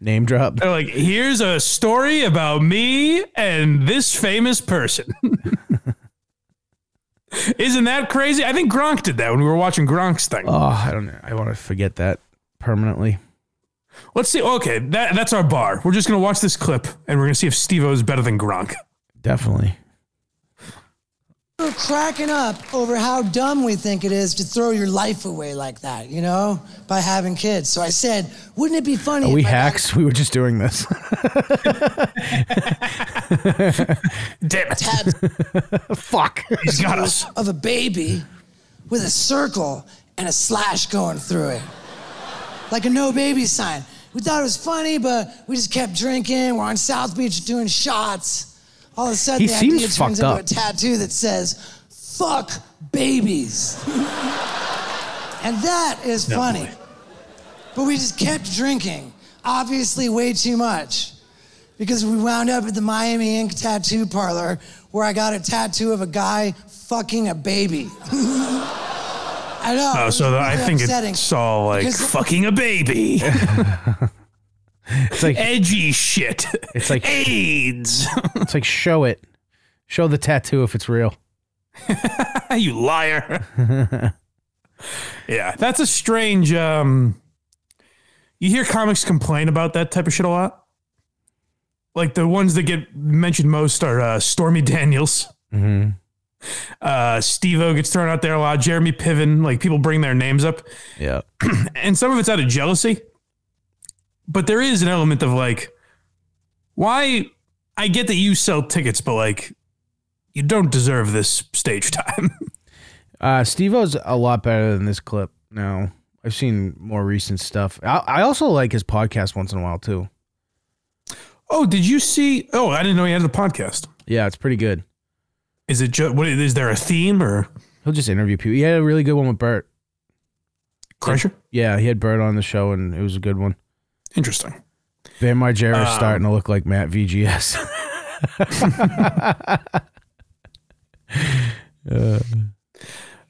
[SPEAKER 1] Name drop.
[SPEAKER 2] They're like, here's a story about me and this famous person. (laughs) Isn't that crazy? I think Gronk did that when we were watching Gronk's thing.
[SPEAKER 1] Oh, I don't know. I want to forget that permanently.
[SPEAKER 2] Let's see. Okay, that, that's our bar. We're just gonna watch this clip, and we're gonna see if Steve-O is better than Gronk.
[SPEAKER 1] Definitely.
[SPEAKER 5] We're cracking up over how dumb we think it is to throw your life away like that, you know, by having kids. So I said, wouldn't it be funny?
[SPEAKER 1] Are we
[SPEAKER 5] if I got
[SPEAKER 1] hacks? We were just doing this. (laughs)
[SPEAKER 2] Damn it,
[SPEAKER 5] a tattoo
[SPEAKER 1] Fuck.
[SPEAKER 2] he's got us.
[SPEAKER 5] of a baby with a circle and a slash going through it. Like a no baby sign. We thought it was funny, but we just kept drinking. We're on South Beach doing shots. All of a sudden,
[SPEAKER 1] He
[SPEAKER 5] the
[SPEAKER 1] seems
[SPEAKER 5] idea turns
[SPEAKER 1] fucked
[SPEAKER 5] into
[SPEAKER 1] up.
[SPEAKER 5] a tattoo that says, fuck babies. and that is funny. But we just kept drinking, obviously, way too much because we wound up at the Miami Ink tattoo parlor where I got a tattoo of a guy fucking a baby. (laughs) I know.
[SPEAKER 2] Oh, so the, I think
[SPEAKER 5] upsetting.
[SPEAKER 2] it saw like
[SPEAKER 5] Because-
[SPEAKER 2] fucking a baby, (laughs)
[SPEAKER 1] It's like
[SPEAKER 2] edgy shit. (laughs)
[SPEAKER 1] It's like-
[SPEAKER 2] AIDS.
[SPEAKER 1] it's like show it. Show the tattoo if it's real.
[SPEAKER 2] (laughs) you liar. yeah, that's a strange. Um, you hear comics complain about that type of shit a lot. Like the ones that get mentioned most are uh, Stormy Daniels. Uh, Steve O gets thrown out there a lot. Jeremy Piven, like people bring their names up,
[SPEAKER 1] Yeah.
[SPEAKER 2] and some of it's out of jealousy. But there is an element of like, why? I get that you sell tickets, but like, you don't deserve this stage (laughs) time.
[SPEAKER 1] Uh, Steve-O's a lot better than this clip. No, I've seen more recent stuff. I, I also like his podcast once in a while too.
[SPEAKER 2] Oh, did you see? Oh, I didn't know he had a podcast.
[SPEAKER 1] Yeah, it's pretty good.
[SPEAKER 2] Is it just what is there a theme or
[SPEAKER 1] He'll just interview people. He had a really good one with Bert.
[SPEAKER 2] Crusher?
[SPEAKER 1] Yeah, he had Bert on the show, and it was a good one.
[SPEAKER 2] Interesting.
[SPEAKER 1] Van Margera is starting to
[SPEAKER 2] Um,
[SPEAKER 1] look like Matt VGS.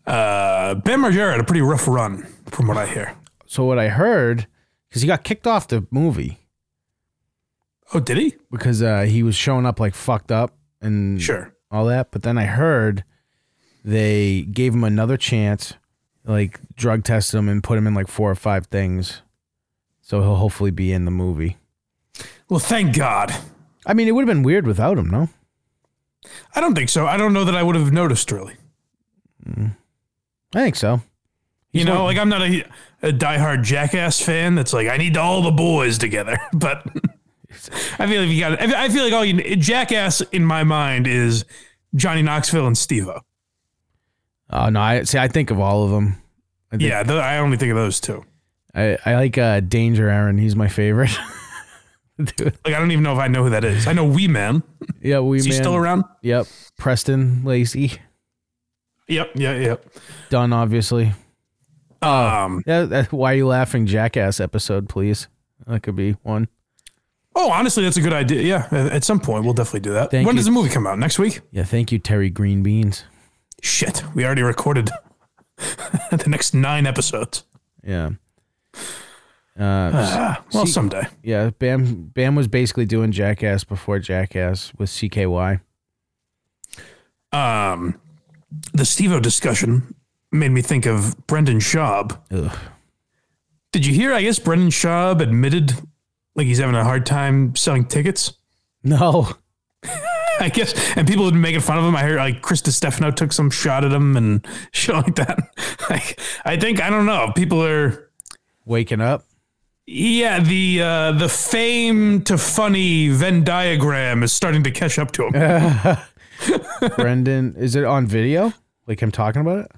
[SPEAKER 2] Uh, ben Margera had a pretty rough run, from what I hear.
[SPEAKER 1] (laughs) so what I heard, because he got kicked off the movie
[SPEAKER 2] Oh, did he?
[SPEAKER 1] because uh, he was showing up like fucked up and
[SPEAKER 2] Sure.
[SPEAKER 1] all that. But then I heard they gave him another chance, like drug tested him and put him in like four or five things, so he'll hopefully be in the movie.
[SPEAKER 2] Well, thank God.
[SPEAKER 1] I mean, it would have been weird without him, no?
[SPEAKER 2] I don't think so. I don't know that I would have noticed really.
[SPEAKER 1] I think so.
[SPEAKER 2] You
[SPEAKER 1] He's
[SPEAKER 2] know,
[SPEAKER 1] one-
[SPEAKER 2] like I'm not a, a diehard Jackass fan. That's like I need all the boys together. (laughs) But I feel like you got. I feel like all you Jackass in my mind is Johnny Knoxville and Steve-O.
[SPEAKER 1] Oh no, I see. I think of all of them. I think,
[SPEAKER 2] Yeah, th I only think of those two.
[SPEAKER 1] I, I like uh, Danger Aaron. He's my favorite. (laughs) Dude.
[SPEAKER 2] Like I don't even know if I know who that is. I know Wee Man.
[SPEAKER 1] Yeah, we
[SPEAKER 2] Is he
[SPEAKER 1] man.
[SPEAKER 2] still around?
[SPEAKER 1] Yep, Preston Lacey.
[SPEAKER 2] Yep. Yeah. Yep.
[SPEAKER 1] Dunn, obviously.
[SPEAKER 2] Um.
[SPEAKER 1] Yeah, that, why are you laughing? Jackass episode, please. That could be one.
[SPEAKER 2] Oh, honestly, that's a good idea. Yeah. At at some point, we'll definitely do that.
[SPEAKER 1] Thank
[SPEAKER 2] when
[SPEAKER 1] you.
[SPEAKER 2] does the movie come out? Next week?
[SPEAKER 1] Yeah, thank you, Terry Green Beans.
[SPEAKER 2] Shit, we already recorded (laughs) the next nine episodes.
[SPEAKER 1] Yeah.
[SPEAKER 2] (sighs)
[SPEAKER 1] Uh,
[SPEAKER 2] Ah, well,
[SPEAKER 1] See-
[SPEAKER 2] someday.
[SPEAKER 1] yeah, Bam Bam was basically doing Jackass before Jackass with CKY.
[SPEAKER 2] um, the Steve-O discussion made me think of Brendan Schaub.
[SPEAKER 1] Ugh.
[SPEAKER 2] Did you hear? I guess Brendan Schaub admitted like he's having a hard time selling tickets.
[SPEAKER 1] No,
[SPEAKER 2] (laughs) I guess, and people have been making fun of him. I heard like Chris Stefano took some shot at him and (laughs) shit like that. Like, I think I don't know. People are
[SPEAKER 1] waking up.
[SPEAKER 2] yeah. The uh, the fame to funny Venn diagram is starting to catch up to him.
[SPEAKER 1] Brendan, is it on video? Like him talking about it?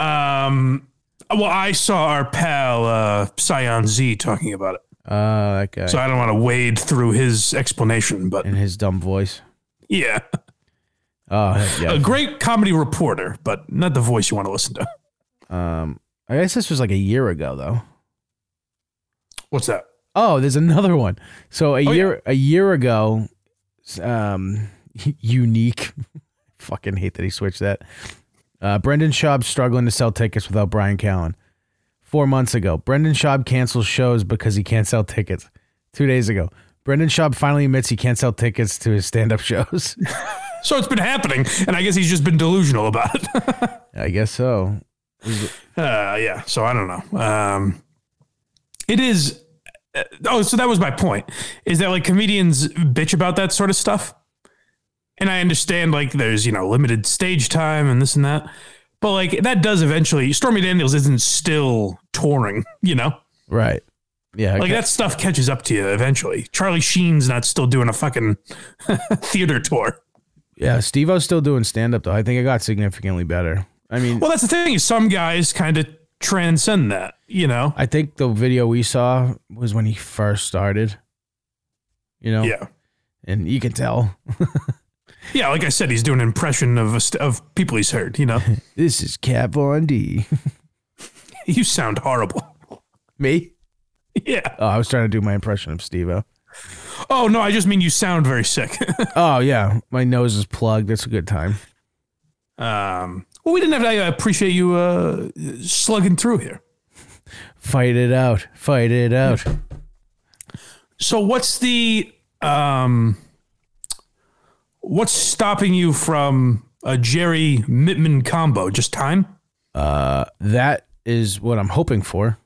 [SPEAKER 2] Um, well, I saw our pal uh, Scion Z talking about it,
[SPEAKER 1] Uh, that guy
[SPEAKER 2] so I don't want to wade through his explanation, but
[SPEAKER 1] in his dumb voice.
[SPEAKER 2] yeah,
[SPEAKER 1] Oh, heck
[SPEAKER 2] (coughs)
[SPEAKER 1] yeah.
[SPEAKER 2] a great comedy reporter, but not the voice you want to listen to.
[SPEAKER 1] Um, I guess this was like a year ago though.
[SPEAKER 2] What's that?
[SPEAKER 1] Oh, there's another one. So a
[SPEAKER 2] Oh, yeah.
[SPEAKER 1] year a year ago, um, (laughs) unique. (laughs) Fucking hate that he switched that. Uh, Brendan Schaub struggling to sell tickets without Brian Callen. Four months ago, Brendan Schaub cancels shows because he can't sell tickets. Two days ago, Brendan Schaub finally admits he can't sell tickets to his stand-up (laughs) shows.
[SPEAKER 2] (laughs) So it's been happening, and I guess he's just been delusional about it.
[SPEAKER 1] I guess so.
[SPEAKER 2] Uh, yeah. So I don't know. Um, it is. Uh, oh, so that was my point. Is that like comedians bitch about that sort of stuff? And I understand like there's you know limited stage time and this and that, but like that does eventually. Stormy Daniels isn't still touring, you know.
[SPEAKER 1] Right. Yeah.
[SPEAKER 2] Like that stuff catches up to you eventually. Charlie Sheen's not still doing a fucking (laughs) theater tour.
[SPEAKER 1] yeah. Steve O's still doing stand-up though. I think it got significantly better. I mean,
[SPEAKER 2] Well, that's the thing. Is some guys kind of transcend that, you know.
[SPEAKER 1] I think the video we saw was when he first started. You know,
[SPEAKER 2] Yeah.
[SPEAKER 1] and you can tell
[SPEAKER 2] Yeah, like I said, he's doing an impression of a st- of people he's heard. You know,
[SPEAKER 1] this is Kat Von D. (laughs)
[SPEAKER 2] you sound horrible.
[SPEAKER 1] Me?
[SPEAKER 2] Yeah.
[SPEAKER 1] Oh, I was trying to do my impression of Steve-O.
[SPEAKER 2] Oh no, I just mean you sound very sick. (laughs)
[SPEAKER 1] Oh yeah, my nose is plugged. That's a good time.
[SPEAKER 2] um. Well, we didn't have to. I appreciate you uh, slugging through here.
[SPEAKER 1] Fight it out. Fight it out.
[SPEAKER 2] So, what's the um, what's stopping you from a Jerry Mittman combo? Just time.
[SPEAKER 1] Uh, That is what I'm hoping for.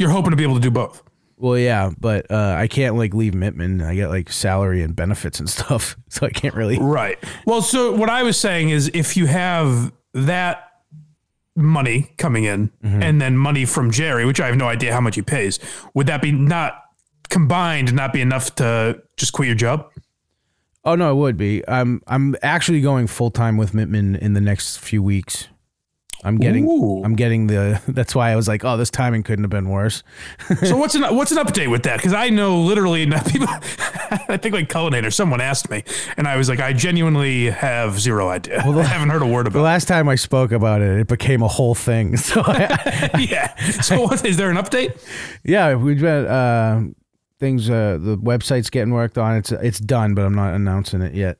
[SPEAKER 2] You're hoping to be able to do both.
[SPEAKER 1] Well, yeah, but uh, I can't like leave Mittman. I get like salary and benefits and (laughs) stuff, so I can't really.
[SPEAKER 2] Right. Well, so what I was saying is if you have that money coming in and then money from Jerry, which I have no idea how much he pays, would that be not combined not be enough to just quit your job?
[SPEAKER 1] Oh no, it would be. I'm I'm actually going full time with Mittman in the next few weeks. I'm getting
[SPEAKER 2] Ooh.
[SPEAKER 1] I'm getting the (laughs) that's why I was like, oh, this timing couldn't have been worse.
[SPEAKER 2] so what's an what's an update with that? Because I know literally not (laughs) people I think like Cullinane or someone asked me, and I was like, I genuinely have zero idea. (laughs) I haven't heard a word
[SPEAKER 1] The
[SPEAKER 2] about.
[SPEAKER 1] last time I spoke about it, it became a whole thing. (laughs) So I,
[SPEAKER 2] it. (laughs) yeah. So what, is there an update?
[SPEAKER 1] yeah, we've got uh, things. Uh, the website's getting worked on. It's it's done, but I'm not announcing it yet.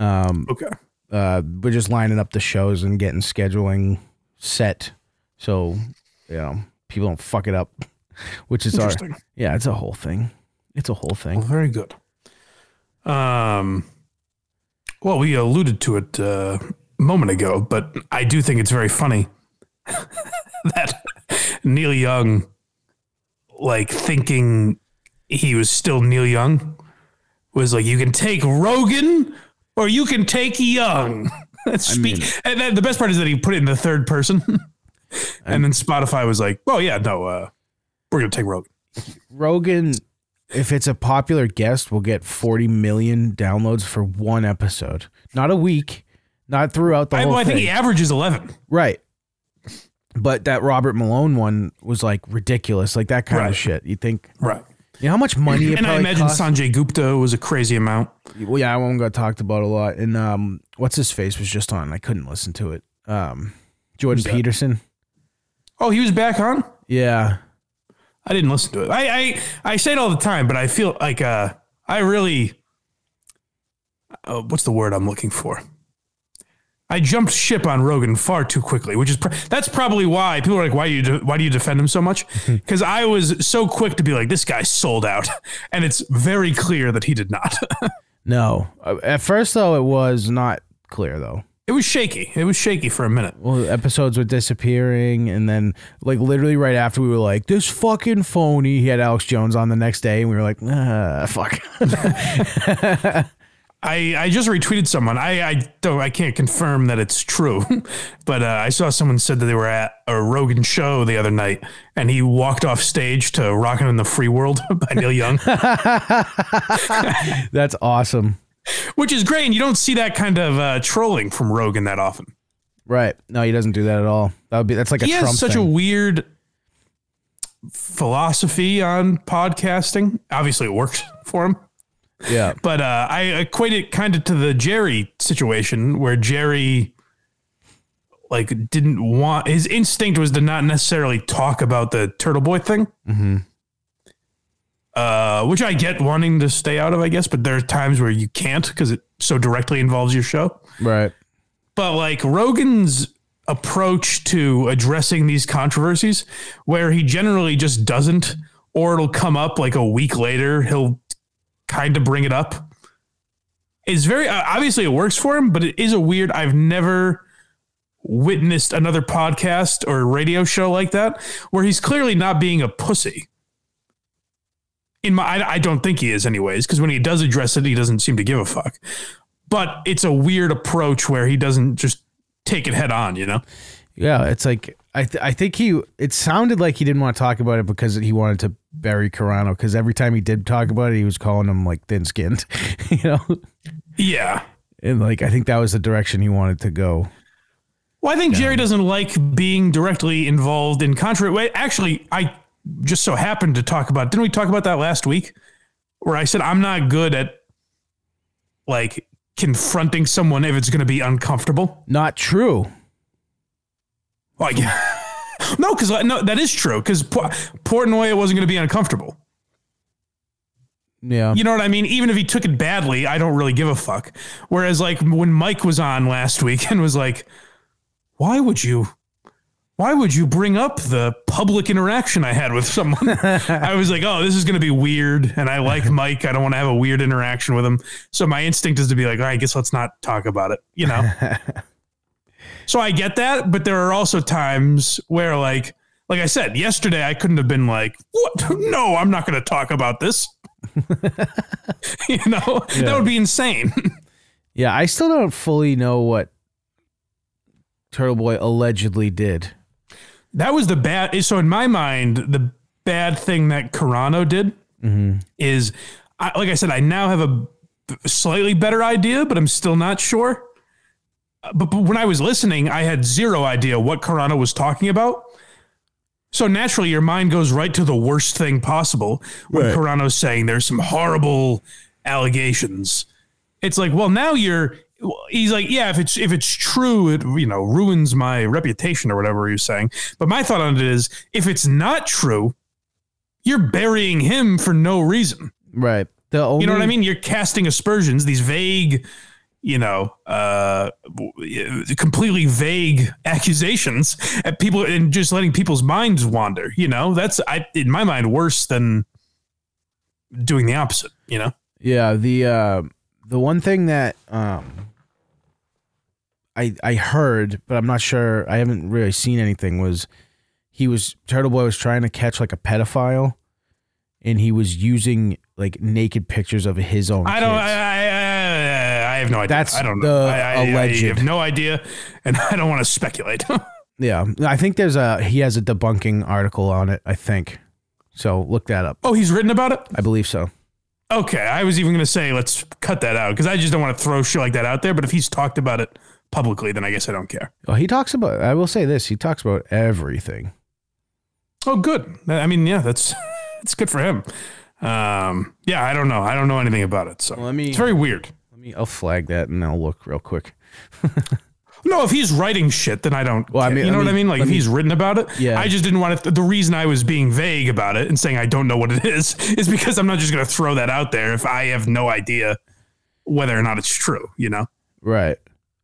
[SPEAKER 2] Okay.
[SPEAKER 1] Uh, we're just lining up the shows and getting scheduling set, so you know people don't fuck it up. (laughs) Which is our
[SPEAKER 2] Interesting.
[SPEAKER 1] yeah, it's a whole thing. It's a whole thing.
[SPEAKER 2] Very good. Um, well, we alluded to it uh, a moment ago, but I do think it's very funny (laughs) that Neil Young, like thinking he was still Neil Young, was like, you can take Rogan or you can take Young. (laughs) Speak, and then the best part is that he put it in the third person, (laughs) and then Spotify was like, "Oh yeah, no, uh, we're gonna take Rogan."
[SPEAKER 1] Rogan, if it's a popular guest, will get 40 million downloads for one episode, not a week, not throughout the
[SPEAKER 2] I,
[SPEAKER 1] whole
[SPEAKER 2] well, I
[SPEAKER 1] thing.
[SPEAKER 2] think he averages eleven.
[SPEAKER 1] Right. But that Robert Malone one was like ridiculous, like that kind
[SPEAKER 2] Right.
[SPEAKER 1] of shit. You think,
[SPEAKER 2] Right.
[SPEAKER 1] you know, how much money it
[SPEAKER 2] and I
[SPEAKER 1] probably
[SPEAKER 2] imagine
[SPEAKER 1] cost?
[SPEAKER 2] Sanjay Gupta was a crazy amount.
[SPEAKER 1] well, yeah, I one got talked about a lot. And um, what's his face was just on. I couldn't listen to it. Um, Jordan
[SPEAKER 2] that?
[SPEAKER 1] Peterson.
[SPEAKER 2] Oh, he was back on.
[SPEAKER 1] Yeah,
[SPEAKER 2] I didn't listen to it. I I, I say it all the time, but I feel like uh, I really. Uh, what's the word I'm looking for? I jumped ship on Rogan far too quickly, which is pr- that's probably why people are like, "Why do you de- why do you defend him so (laughs) much?" Because I was so quick to be like, "This guy sold out," (laughs) and it's very clear that he did not. (laughs)
[SPEAKER 1] no. Uh, At first, though, it was not clear though.
[SPEAKER 2] it was shaky. It was shaky for a minute.
[SPEAKER 1] Well, episodes were disappearing, and then like literally right after we were like, "This fucking phony." He had Alex Jones on the next day, and we were like, "Ah, fuck." (laughs)
[SPEAKER 2] I, I just retweeted someone. I, I don't I can't confirm that it's true, (laughs) but uh, I saw someone said that they were at a Rogan show the other night, and he walked off stage to "Rockin' in the Free World" (laughs) by
[SPEAKER 1] (laughs)
[SPEAKER 2] Neil Young,
[SPEAKER 1] That's awesome.
[SPEAKER 2] which is great. And you don't see that kind of uh, trolling from Rogan that often.
[SPEAKER 1] Right. No, he doesn't do that at all. That would be that's like
[SPEAKER 2] He
[SPEAKER 1] a
[SPEAKER 2] has
[SPEAKER 1] Trump
[SPEAKER 2] such a
[SPEAKER 1] thing.
[SPEAKER 2] weird philosophy on podcasting. Obviously, it worked (laughs) for him.
[SPEAKER 1] yeah.
[SPEAKER 2] But uh, I equate it kind of to the Jerry situation where Jerry like didn't want his instinct was to not necessarily talk about the Turtle Boy thing. Uh, which I get wanting to stay out of, I guess, but there are times where you can't because it so directly involves your show.
[SPEAKER 1] Right.
[SPEAKER 2] But like Rogan's approach to addressing these controversies, where he generally just doesn't, or it'll come up like a week later, he'll kind of bring it up. It's very uh, obviously it works for him, but it is a weird. I've never witnessed another podcast or radio show like that where he's clearly not being a pussy. In my, I, I don't think he is, anyways, because when he does address it, he doesn't seem to give a fuck but it's a weird approach where he doesn't just take it head on, you know?
[SPEAKER 1] Yeah. It's like I th- I think he it sounded like he didn't want to talk about it because he wanted to bury Carano because every time he did talk about it, he was calling him like thin skinned, (laughs) you know.
[SPEAKER 2] Yeah.
[SPEAKER 1] And like I think that was the direction he wanted to go.
[SPEAKER 2] Well, I think Jerry doesn't like being directly involved in controversy. Wait, Actually, I just so happened to talk about. Didn't we talk about that last week? Where I said I'm not good at like confronting someone if it's going to be uncomfortable.
[SPEAKER 1] Not true.
[SPEAKER 2] Like, (laughs) no, because no, that is true. Because Portnoy wasn't going to be uncomfortable.
[SPEAKER 1] Yeah.
[SPEAKER 2] You know what I mean? Even if he took it badly, I don't really give a fuck. Whereas, like, when Mike was on last week and was like, why would you? Why would you bring up the public interaction I had with someone? I was like, oh, this is going to be weird. And I like Mike. I don't want to have a weird interaction with him. So my instinct is to be like, all right, I guess let's not talk about it, you know? so I get that. But there are also times where, like, like I said, yesterday I couldn't have been like, what? (laughs) No, I'm not going to talk about this (laughs) you know that would be insane (laughs)
[SPEAKER 1] Yeah. I still don't fully know what Turtle Boy allegedly did.
[SPEAKER 2] that was the bad so in my mind the bad thing that carano did is I, like i said i now have a slightly better idea but i'm still not sure Uh, but, but when i was listening i had zero idea what carano was talking about so naturally your mind goes right to the worst thing possible when carano's saying there's some horrible allegations. It's like, well, now you're. He's like, yeah, if it's if it's true, it you know ruins my reputation or whatever he was saying. But my thought on it is, if it's not true, you're burying him for no reason.
[SPEAKER 1] Right. The only,
[SPEAKER 2] You know what I mean? You're casting aspersions, these vague, you know, uh, w- completely vague (laughs) accusations at people and just letting people's minds wander. You know, that's, I, in my mind, worse than doing the opposite, you know?
[SPEAKER 1] Yeah, the uh, the one thing that um, I I heard, but I'm not sure. I haven't really seen anything. Was he was Turtle Boy was trying to catch like a pedophile, and he was using like naked pictures of his own.
[SPEAKER 2] I don't, I,
[SPEAKER 1] kids.
[SPEAKER 2] I, I, I have no idea.
[SPEAKER 1] That's
[SPEAKER 2] I don't
[SPEAKER 1] the
[SPEAKER 2] know. I, I, I
[SPEAKER 1] alleged.
[SPEAKER 2] have no idea, and (laughs) I don't want to speculate. (laughs)
[SPEAKER 1] yeah, I think there's a he has a debunking article on it. I think so. Look that up.
[SPEAKER 2] oh, he's written about it?
[SPEAKER 1] I believe so.
[SPEAKER 2] Okay, I was even going to say let's cut that out because I just don't want to throw shit like that out there. But if he's talked about it publicly, then I guess I don't care.
[SPEAKER 1] Oh, he talks about. I will say this. He talks about everything.
[SPEAKER 2] Oh, good. I mean, yeah, that's (laughs) it's good for him. Um, yeah, I don't know. I don't know anything about it, so
[SPEAKER 1] Let me-
[SPEAKER 2] it's very weird.
[SPEAKER 1] Let me. I'll flag that and I'll look real quick.
[SPEAKER 2] No, if he's writing shit, then I don't.
[SPEAKER 1] Well, I
[SPEAKER 2] care.
[SPEAKER 1] mean-
[SPEAKER 2] you know
[SPEAKER 1] I
[SPEAKER 2] what I
[SPEAKER 1] mean-
[SPEAKER 2] mean? Like
[SPEAKER 1] let
[SPEAKER 2] if
[SPEAKER 1] me-
[SPEAKER 2] he's written about it,
[SPEAKER 1] Yeah.
[SPEAKER 2] I just didn't want to. The reason I was being vague about it and saying I don't know what it (laughs) is is because I'm not just going to throw that out there if I have no idea whether or not it's true. You know?
[SPEAKER 1] Right.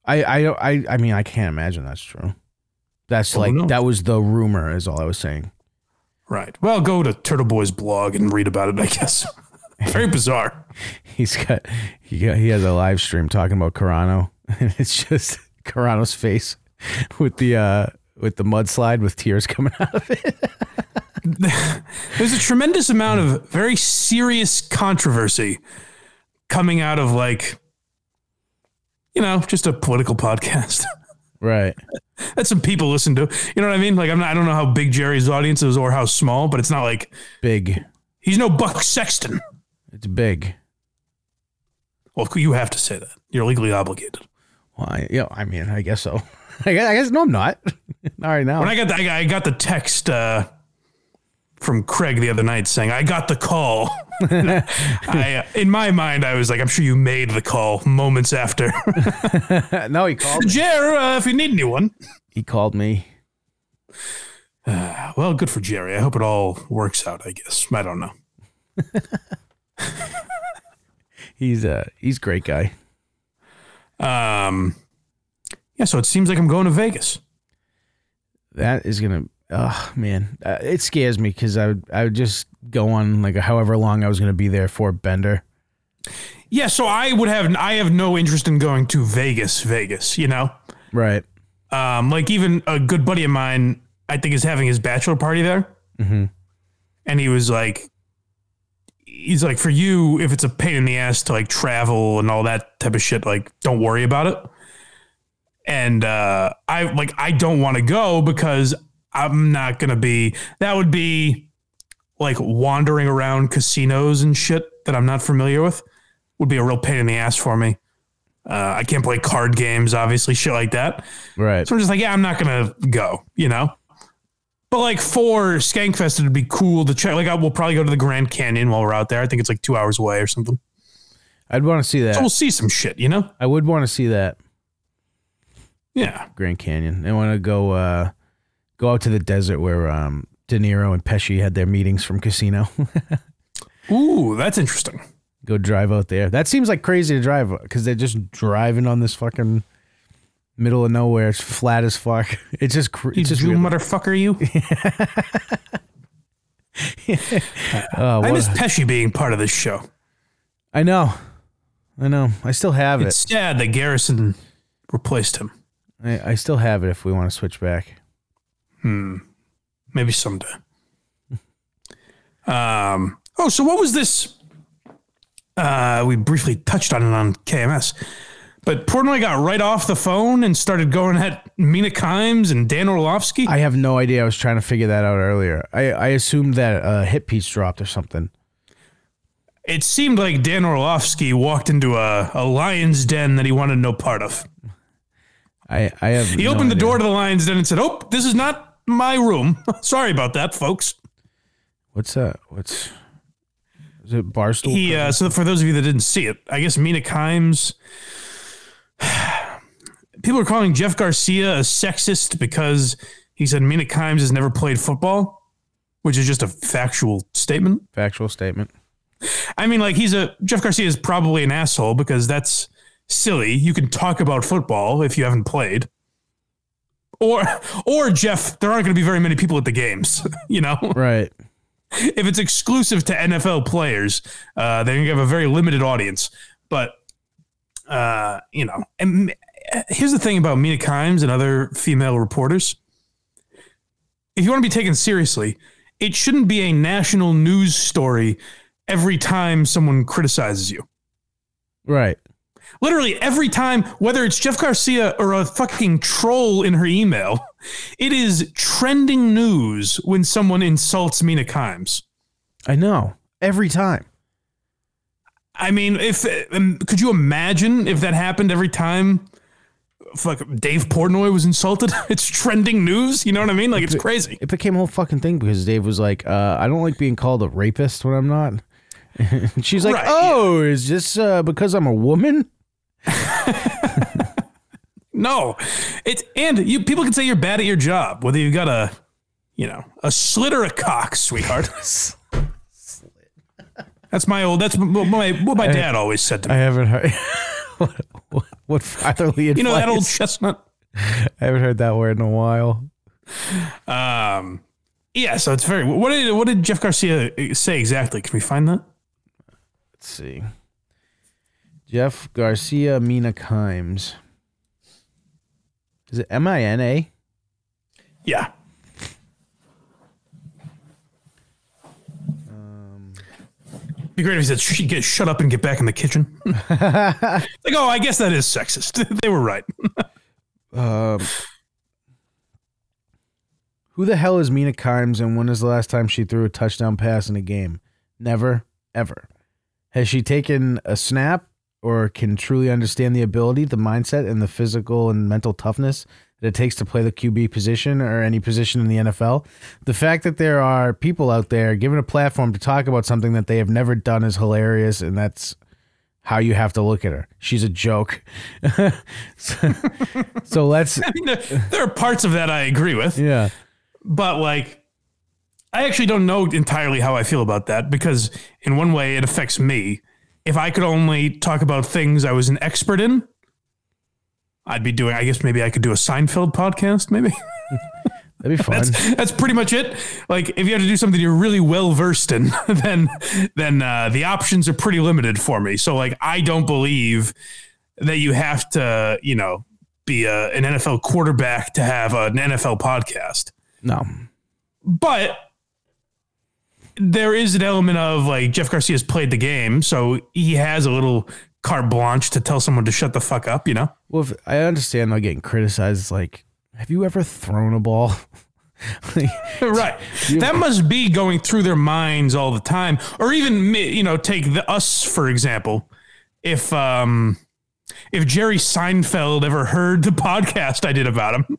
[SPEAKER 1] I I don't- I I mean I can't imagine that's true. That's
[SPEAKER 2] Well,
[SPEAKER 1] like
[SPEAKER 2] who knows?
[SPEAKER 1] that was the rumor is all I was saying.
[SPEAKER 2] Right. Well, go to Turtle Boy's blog and read about it, I guess. (laughs) Very bizarre.
[SPEAKER 1] He's got he got, he has a live stream talking about Carano (laughs) and it's just Carano's face with the uh with the mudslide with tears (laughs) coming out of it.
[SPEAKER 2] There's a tremendous amount of very serious controversy coming out of like, you know, just a political (laughs) podcast
[SPEAKER 1] Right.
[SPEAKER 2] that some people listen to. You know what I mean? Like, I'm not, I don't know how big Jerry's audience is or how small, but it's not like
[SPEAKER 1] Big.
[SPEAKER 2] he's no Buck Sexton.
[SPEAKER 1] It's big.
[SPEAKER 2] Well, you have to say that. You're legally obligated.
[SPEAKER 1] Well, I, yeah, I mean, I guess so. (laughs) I guess, I guess no, I'm not. (laughs) All right, now.
[SPEAKER 2] When I got the, I got- I got the text uh, from Craig the other night saying I got the call. (laughs) I, uh, in my mind, I was like, I'm sure you made the call moments after.
[SPEAKER 1] (laughs)
[SPEAKER 2] (laughs)
[SPEAKER 1] no, he called.
[SPEAKER 2] Jer, uh, if you need anyone,
[SPEAKER 1] He called me.
[SPEAKER 2] well, good for Jerry. I hope it all works out. I guess I don't know.
[SPEAKER 1] He's uh he's a great guy.
[SPEAKER 2] Um, yeah, so it seems like I'm going to Vegas.
[SPEAKER 1] That is gonna. Oh man, uh, it scares me because I would I would just go on like however long I was gonna be there for Bender.
[SPEAKER 2] Yeah, so I would have I have no interest in going to Vegas, Vegas. You know,
[SPEAKER 1] Right.
[SPEAKER 2] Um, like even a good buddy of mine, I think is having his bachelor party there,
[SPEAKER 1] Mhm.
[SPEAKER 2] and he was like, he's like, for you, if it's a pain in the ass to like travel and all that type of shit, like don't worry about it. And uh, I like I don't want to go because I'm not gonna be. That would be like wandering around casinos and shit that I'm not familiar with. Would be a real pain in the ass for me. Uh, I can't play card games, obviously, shit like that.
[SPEAKER 1] Right.
[SPEAKER 2] So I'm just like, yeah, I'm not gonna go, you know. But like for Skankfest, it'd be cool to check. Like, I, we'll probably go to the Grand Canyon while we're out there. I think it's like two hours away or something.
[SPEAKER 1] I'd want to see
[SPEAKER 2] So we'll
[SPEAKER 1] that.
[SPEAKER 2] see some shit, you know?
[SPEAKER 1] I would want to see that
[SPEAKER 2] Yeah,
[SPEAKER 1] Grand Canyon. I want to go uh go out to the desert where um De Niro and Pesci had their meetings from Casino. (laughs)
[SPEAKER 2] ooh, that's interesting.
[SPEAKER 1] go drive out there. That seems like crazy to drive because they're just driving on this fucking middle of nowhere. It's flat as fuck. (laughs) It's just cr-
[SPEAKER 2] You
[SPEAKER 1] it's just
[SPEAKER 2] Jew
[SPEAKER 1] weird.
[SPEAKER 2] motherfucker,
[SPEAKER 1] (laughs)
[SPEAKER 2] you.
[SPEAKER 1] Oh,
[SPEAKER 2] I
[SPEAKER 1] what-
[SPEAKER 2] miss Pesci being part of this show.
[SPEAKER 1] I know. I know. I still have it.
[SPEAKER 2] It's sad that Garrison replaced him.
[SPEAKER 1] I, I still have it if we want to switch back.
[SPEAKER 2] Maybe someday. Um. Oh, so what was this? Uh, we briefly touched on it on KMS, but Portnoy got right off the phone and started going at Mina Kimes and Dan Orlovsky.
[SPEAKER 1] I have no idea. I was trying to figure that out earlier. I, I assumed that a hit piece dropped or something.
[SPEAKER 2] it seemed like Dan Orlovsky walked into a, a lion's den that he wanted no part of.
[SPEAKER 1] I, I have.
[SPEAKER 2] He opened the door to the lion's den and said, "Oh, this is not (laughs) my room. Sorry about that, folks."
[SPEAKER 1] What's that? What's. Is Is it Barstool?
[SPEAKER 2] He uh, so for those of you that didn't see it, I guess Mina Kimes. (sighs) People are calling Jeff Garcia a sexist because he said Mina Kimes has never played football, which is just a factual statement.
[SPEAKER 1] Factual statement.
[SPEAKER 2] (laughs) I mean, like he's a Jeff Garcia is probably an asshole because that's silly. You can talk about football if you haven't played. Or, or Jeff, there aren't going to be very many people at the games, (laughs) you know
[SPEAKER 1] Right.
[SPEAKER 2] if it's exclusive to NFL players, uh, then you have a very limited audience. But uh, you know, and uh, here's the thing about Mina Kimes and other female reporters: if you want to be taken seriously, it shouldn't be a national news story every time someone criticizes you.
[SPEAKER 1] Right.
[SPEAKER 2] Literally every time, whether it's Jeff Garcia or a fucking troll in her email, (laughs) it is trending news when someone insults Mina Kimes.
[SPEAKER 1] I know. Every time.
[SPEAKER 2] I mean, if um, could you imagine if that happened every time? Fuck, Dave Portnoy was insulted. (laughs) It's trending news. You know what I mean? Like it's crazy.
[SPEAKER 1] It became a whole fucking thing because Dave was like, uh, I don't like being called a rapist when I'm not. (laughs) And she's like,
[SPEAKER 2] Right, yeah.
[SPEAKER 1] Oh, is this uh, because I'm a woman?
[SPEAKER 2] No, it's and you people can say you're bad at your job, whether you got a, you know, a slit or a cock, sweetheart. (laughs) that's my old. That's what my what my dad always said to
[SPEAKER 1] I
[SPEAKER 2] me.
[SPEAKER 1] haven't heard. (laughs) what, what, what fatherly advice?
[SPEAKER 2] You know that old chestnut.
[SPEAKER 1] I haven't heard that word in a while.
[SPEAKER 2] Um, yeah. So it's very. What did what did Jeff Garcia say exactly? Can we find that?
[SPEAKER 1] Let's see. Jeff Garcia Mina Kimes. Is it M I N A?
[SPEAKER 2] Yeah. Be great if he said, "Sh- get, "Shut up and get back in the kitchen." like, oh, I guess that is sexist. (laughs) they were right.
[SPEAKER 1] Um, who the hell is Mina Kimes and when is the last time she threw a touchdown pass in a game? Never, ever. Has she taken a snap or can truly understand the ability, the mindset, and the physical and mental toughness that it takes to play the QB position or any position in the NFL? The fact that there are people out there given a platform to talk about something that they have never done is hilarious, and that's how you have to look at her. She's a joke. (laughs) so, so let's.
[SPEAKER 2] I mean, there, there are parts of that I agree with,
[SPEAKER 1] Yeah.
[SPEAKER 2] but like, I actually don't know entirely how I feel about that because, in one way, it affects me. If I could only talk about things I was an expert in, I'd be doing. I guess maybe I could do a Seinfeld podcast. Maybe.
[SPEAKER 1] That'd be fun.
[SPEAKER 2] (laughs) that's pretty much it. Like if you have to do something you're really well versed in, (laughs) then then uh, the options are pretty limited for me. So like I don't believe that you have to you know be a, an NFL quarterback to have an NFL podcast,
[SPEAKER 1] no.
[SPEAKER 2] but there is an element of like Jeff Garcia's played the game, so he has a little carte blanche to tell someone to shut the fuck up. You know.
[SPEAKER 1] Well, if, I understand not getting criticized. It's like, have you ever thrown a ball? (laughs)
[SPEAKER 2] (laughs) right. That must be going through their minds all the time. Or even me- you know, take the us for example. If um if Jerry Seinfeld ever heard the podcast I did about him,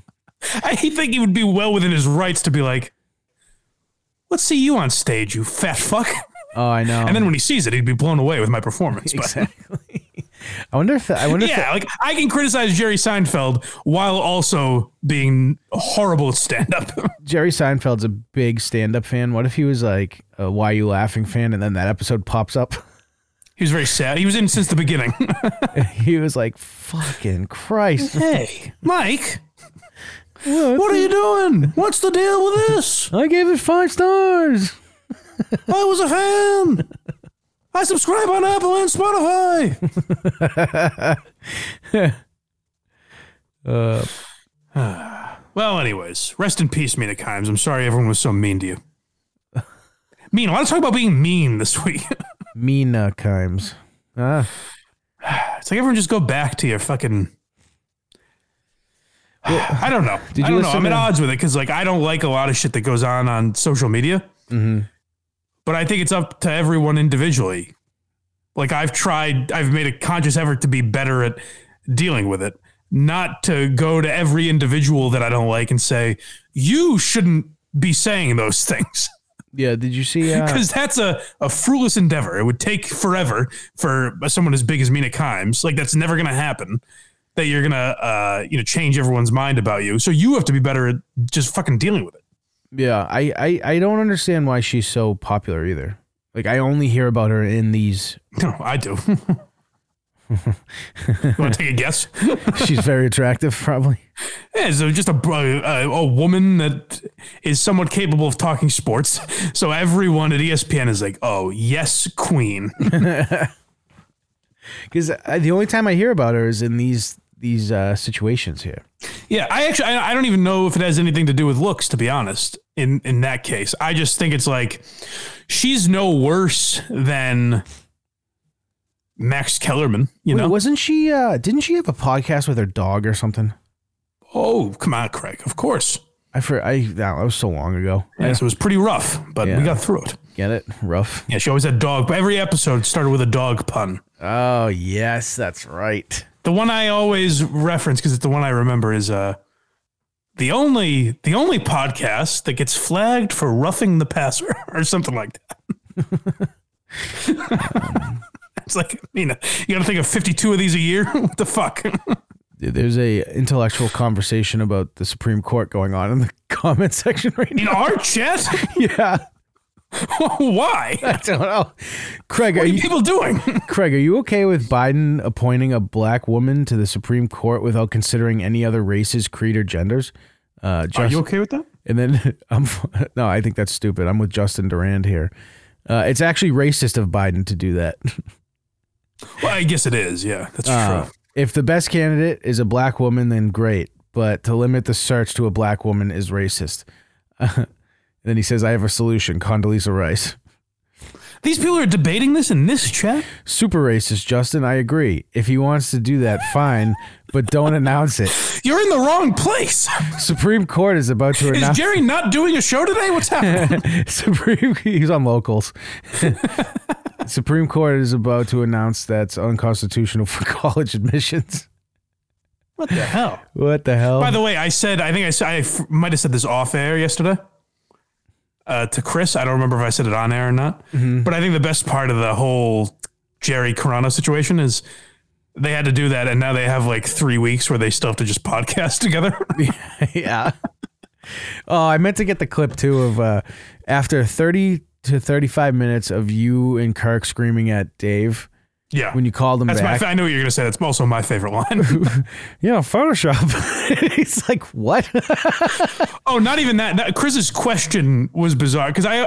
[SPEAKER 2] (laughs) I think he would be well within his rights to be like, "Let's see you on stage, you fat fuck."
[SPEAKER 1] oh, I know.
[SPEAKER 2] And then when he sees it, he'd be blown away with my performance. But
[SPEAKER 1] exactly. I wonder if I wonder
[SPEAKER 2] yeah, like I can criticize Jerry Seinfeld while also being horrible at stand up.
[SPEAKER 1] if Jerry Seinfeld's a big stand-up fan. What if he was like a "Why You Laughing" fan, and then that episode pops up?
[SPEAKER 2] (laughs)
[SPEAKER 1] (laughs)
[SPEAKER 2] he was very sad. He was in since the beginning.
[SPEAKER 1] he was like, "Fucking Christ!"
[SPEAKER 2] (laughs) Hey, Mike. What are you doing? What's the deal with this?
[SPEAKER 1] I gave it five stars.
[SPEAKER 2] I was a fan. I subscribe on Apple and Spotify.
[SPEAKER 1] Uh,
[SPEAKER 2] Well, anyways, rest in peace, Mina Kimes. I'm sorry everyone was so mean to you. Mean. I want to talk about being mean this week.
[SPEAKER 1] Mina Kimes. Ah,
[SPEAKER 2] it's like everyone just go back to your fucking. (sighs) I don't know.
[SPEAKER 1] Did
[SPEAKER 2] I
[SPEAKER 1] you
[SPEAKER 2] don't know.
[SPEAKER 1] listen
[SPEAKER 2] I'm at
[SPEAKER 1] to-
[SPEAKER 2] odds with it because, like, I don't like a lot of shit that goes on on social media.
[SPEAKER 1] Mm-hmm.
[SPEAKER 2] But I think it's up to everyone individually. Like, I've tried. I've made a conscious effort to be better at dealing with it, not to go to every individual that I don't like and say you shouldn't be saying those (laughs) things.
[SPEAKER 1] Yeah, did you see?
[SPEAKER 2] (laughs)
[SPEAKER 1] Uh,
[SPEAKER 2] because that's a, a fruitless endeavor. It would take forever for someone as big as Mina Kimes. Like that's never going to happen. That you're gonna uh, you know change everyone's mind about you. So you have to be better at just fucking dealing with it.
[SPEAKER 1] yeah, I, I I don't understand why she's so popular either. Like I only hear about her in these.
[SPEAKER 2] No, I do. (laughs) Want to take a guess?
[SPEAKER 1] She's very attractive, (laughs) probably.
[SPEAKER 2] Yeah, so just a a, a woman that is somewhat capable of talking sports. So everyone at E ESPN is like, "Oh yes, Queen."
[SPEAKER 1] Because uh, the only time I hear about her is in these these uh, situations here.
[SPEAKER 2] Yeah, I actually I, I don't even know if it has anything to do with looks, to be honest. In in that case, I just think it's like she's no worse than Max Kellerman. You
[SPEAKER 1] Wait,
[SPEAKER 2] know?
[SPEAKER 1] wasn't she? Uh, didn't she have a podcast with her dog or something?
[SPEAKER 2] Oh, come on, Craig. Of course.
[SPEAKER 1] I for I that was so long ago.
[SPEAKER 2] Yes, it was pretty rough, but
[SPEAKER 1] Yeah.
[SPEAKER 2] we got through it.
[SPEAKER 1] Get it? Rough.
[SPEAKER 2] Yeah, she always had dog. Every episode started with a dog pun.
[SPEAKER 1] Oh yes, that's right.
[SPEAKER 2] The one I always reference because it's the one I remember is uh the only the only podcast that gets flagged for roughing the passer (laughs) or something like that. (laughs) it's like you know you got to think of fifty two of these a year. (laughs) what the fuck?
[SPEAKER 1] Dude, There's a intellectual conversation about the Supreme Court going on in the (laughs) comment section right (laughs) now.
[SPEAKER 2] In our chat? (laughs)
[SPEAKER 1] Yeah,
[SPEAKER 2] Why?
[SPEAKER 1] I don't know. Craig, are
[SPEAKER 2] What are
[SPEAKER 1] you,
[SPEAKER 2] people doing?
[SPEAKER 1] Craig, are you okay with Biden appointing a black woman to the Supreme Court without considering any other races, creed, or genders? Uh, Justin,
[SPEAKER 2] okay with that?
[SPEAKER 1] (laughs) and then (laughs) I'm no, I think that's stupid. I'm with Justin Durand here. Uh, it's actually racist of Biden to do that.
[SPEAKER 2] Well, I guess it is. Yeah, that's
[SPEAKER 1] Uh,
[SPEAKER 2] true.
[SPEAKER 1] if the best candidate is a black woman, then great. But to limit the search to a black woman is racist. (laughs) and then he says, I have a solution Condoleezza Rice.
[SPEAKER 2] These people are debating this in this chat.
[SPEAKER 1] Super racist, Justin. I agree. If he wants to do that, fine, but don't announce it.
[SPEAKER 2] You're in the wrong place.
[SPEAKER 1] Supreme Court is about to
[SPEAKER 2] (laughs) Is
[SPEAKER 1] announce.
[SPEAKER 2] Jerry not doing a show today? What's (laughs) happening?
[SPEAKER 1] (laughs) Supreme. He's on
[SPEAKER 2] (laughs)
[SPEAKER 1] locals. Supreme Court is about to announce that's unconstitutional for (laughs) college admissions.
[SPEAKER 2] what the hell?
[SPEAKER 1] What the hell?
[SPEAKER 2] By the way, I said I think I, said, I f- might have said this off air yesterday uh, to Chris. I don't remember if I said it on air or not.
[SPEAKER 1] Mm-hmm.
[SPEAKER 2] But I think the best part of the whole Jerry Carano situation is they had to do that, and now they have like three weeks where they still have to just podcast (laughs) together.
[SPEAKER 1] (laughs) yeah. Oh, I meant to get the clip too of uh, after 30 to 35 minutes of you and Kirk screaming at Dave (laughs)
[SPEAKER 2] yeah,
[SPEAKER 1] when you called him
[SPEAKER 2] that's my.
[SPEAKER 1] back.
[SPEAKER 2] Fa- I know what you're gonna say. That's also my favorite line. (laughs)
[SPEAKER 1] yeah, Photoshop. (laughs) He's like, what? (laughs)
[SPEAKER 2] oh, not even that. that Chris's question was bizarre because I,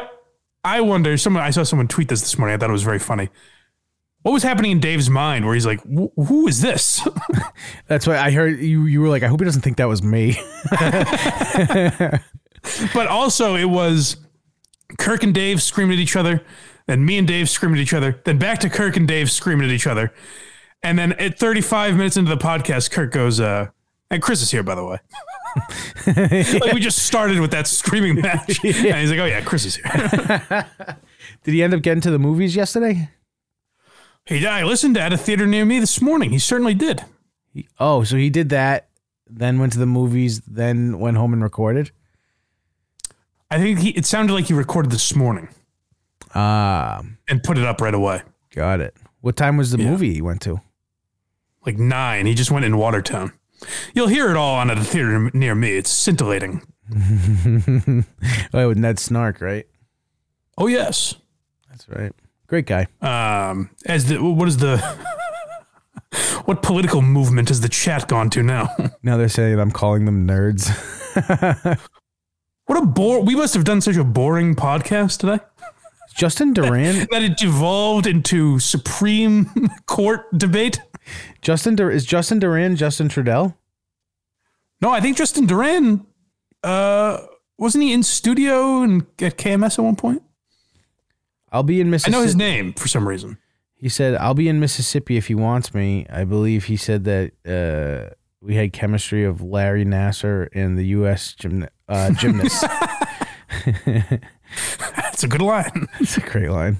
[SPEAKER 2] I wonder. Someone I saw someone tweet this this morning. I thought it was very funny. What was happening in Dave's mind where he's like, "Wh- "Who is this?"
[SPEAKER 1] That's why I heard you. You were like, I hope he doesn't think that was me. (laughs)
[SPEAKER 2] but also it was Kirk and Dave screaming at each other, then me and Dave screaming at each other, then back to Kirk and Dave screaming at each other. And then at 35 minutes into the podcast, Kirk goes, uh, and Chris is here, by the way. like we just started with that screaming match. And he's like, oh, yeah, Chris is here. (laughs)
[SPEAKER 1] Did he end up getting to the movies yesterday?
[SPEAKER 2] he, I listened at a theater near me this morning. He certainly did.
[SPEAKER 1] Oh, so he did that, then went to the movies, then went home and recorded.
[SPEAKER 2] I think he, it sounded like he recorded this morning
[SPEAKER 1] Ah,
[SPEAKER 2] and put it up right away.
[SPEAKER 1] got it. What time was the movie he went to? (laughs)
[SPEAKER 2] Like nine. He just went in Watertown. You'll hear it all on at a theater near me. It's scintillating.
[SPEAKER 1] Oh, with Ned Snark, right?
[SPEAKER 2] Oh, yes.
[SPEAKER 1] That's right. Great guy.
[SPEAKER 2] um, as the what is the (laughs) what political movement has the chat gone to now? (laughs)
[SPEAKER 1] Now they're saying I'm calling them nerds. (laughs)
[SPEAKER 2] what a bore! We must have done such a boring podcast today
[SPEAKER 1] Justin Duran.
[SPEAKER 2] that it devolved into Supreme (laughs) Court debate.
[SPEAKER 1] Justin Dur- is Justin Duran. Justin Trudeau.
[SPEAKER 2] No, I think Justin Duran uh, wasn't he in studio and at KMS at one point?
[SPEAKER 1] I'll be in
[SPEAKER 2] I
[SPEAKER 1] Mississippi.
[SPEAKER 2] know his name for some reason. (laughs)
[SPEAKER 1] He said I'll be in Mississippi if he wants me. I believe he said that uh, we had chemistry of Larry Nasser and the U.S. Gymna- uh, gymnast.
[SPEAKER 2] That's a good line.
[SPEAKER 1] It's a great line.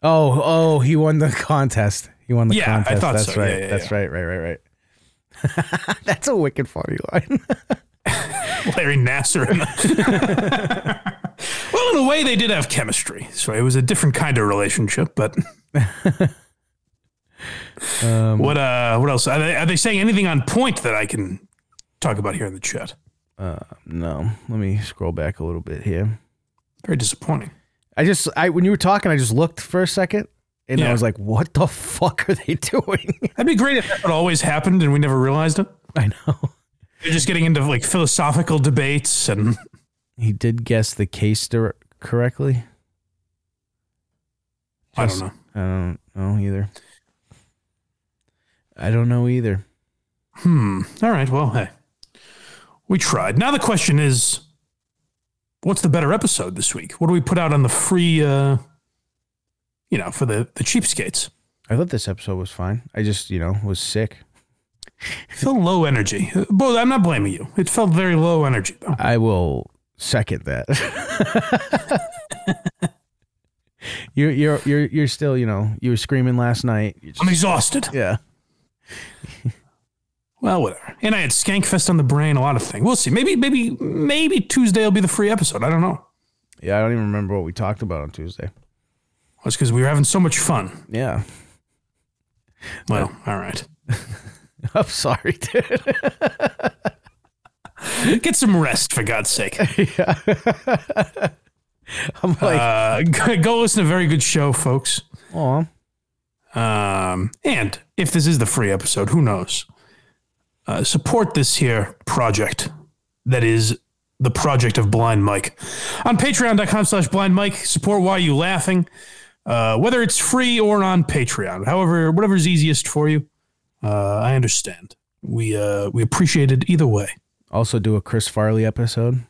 [SPEAKER 1] Oh, oh, he won the contest. He won the
[SPEAKER 2] Yeah, I
[SPEAKER 1] contest.
[SPEAKER 2] thought
[SPEAKER 1] That's
[SPEAKER 2] so. Yeah,
[SPEAKER 1] right.
[SPEAKER 2] yeah,
[SPEAKER 1] That's
[SPEAKER 2] yeah.
[SPEAKER 1] right. Right. Right. Right. (laughs) That's a (laughs) wicked funny line.
[SPEAKER 2] Larry Nasser. (laughs) Well, in a way, they did have chemistry, so it was a different kind of relationship. But what? Uh, what else? Are they, are they saying anything on point that I can talk about here in the chat?
[SPEAKER 1] Uh, No, let me scroll back a little bit here.
[SPEAKER 2] Very disappointing.
[SPEAKER 1] I just, I when you were talking, I just looked for a second, and I
[SPEAKER 2] Yeah.
[SPEAKER 1] was like, "What the fuck are they (laughs) doing?"
[SPEAKER 2] That'd be great if that had always happened and we never realized it.
[SPEAKER 1] I know
[SPEAKER 2] They're just getting into like philosophical debates and
[SPEAKER 1] he did guess the case dir- correctly.
[SPEAKER 2] I don't know.
[SPEAKER 1] I don't know either. I don't know either.
[SPEAKER 2] All right. Well, hey, we tried. Now the question is, what's the better episode this week? What do we put out on the free, uh, you know, for the the cheapskates?
[SPEAKER 1] I thought this episode was fine. I just, you know, was sick.
[SPEAKER 2] It felt low energy. Both, I'm not blaming you. It felt very low energy. Though.
[SPEAKER 1] I will second that. you're you're you're you're still, you know, you were screaming last night. You
[SPEAKER 2] I'm
[SPEAKER 1] just,
[SPEAKER 2] exhausted.
[SPEAKER 1] yeah.
[SPEAKER 2] Well, whatever. And I had Skankfest on the brain, a lot of things. We'll see. Maybe, maybe, maybe Tuesday will be the free episode. I don't know.
[SPEAKER 1] Yeah, I don't even remember what we talked about on Tuesday.
[SPEAKER 2] That's because we were having so much fun.
[SPEAKER 1] Yeah. (laughs)
[SPEAKER 2] Well, all right.
[SPEAKER 1] I'm sorry, dude. (laughs)
[SPEAKER 2] Get some rest, for God's sake.
[SPEAKER 1] (laughs) I'm like,
[SPEAKER 2] Uh, (laughs) go listen to a very good show, folks.
[SPEAKER 1] oh,
[SPEAKER 2] Um, and if this is the free episode, who knows? Uh, support this here project that is the project of Blind Mike. On patreon.com slash blind Mike, support Why You Laughing, uh, whether it's free or on Patreon, however, whatever's easiest for you. Uh, I understand. We, uh, we appreciate it either way.
[SPEAKER 1] also do a Chris Farley episode.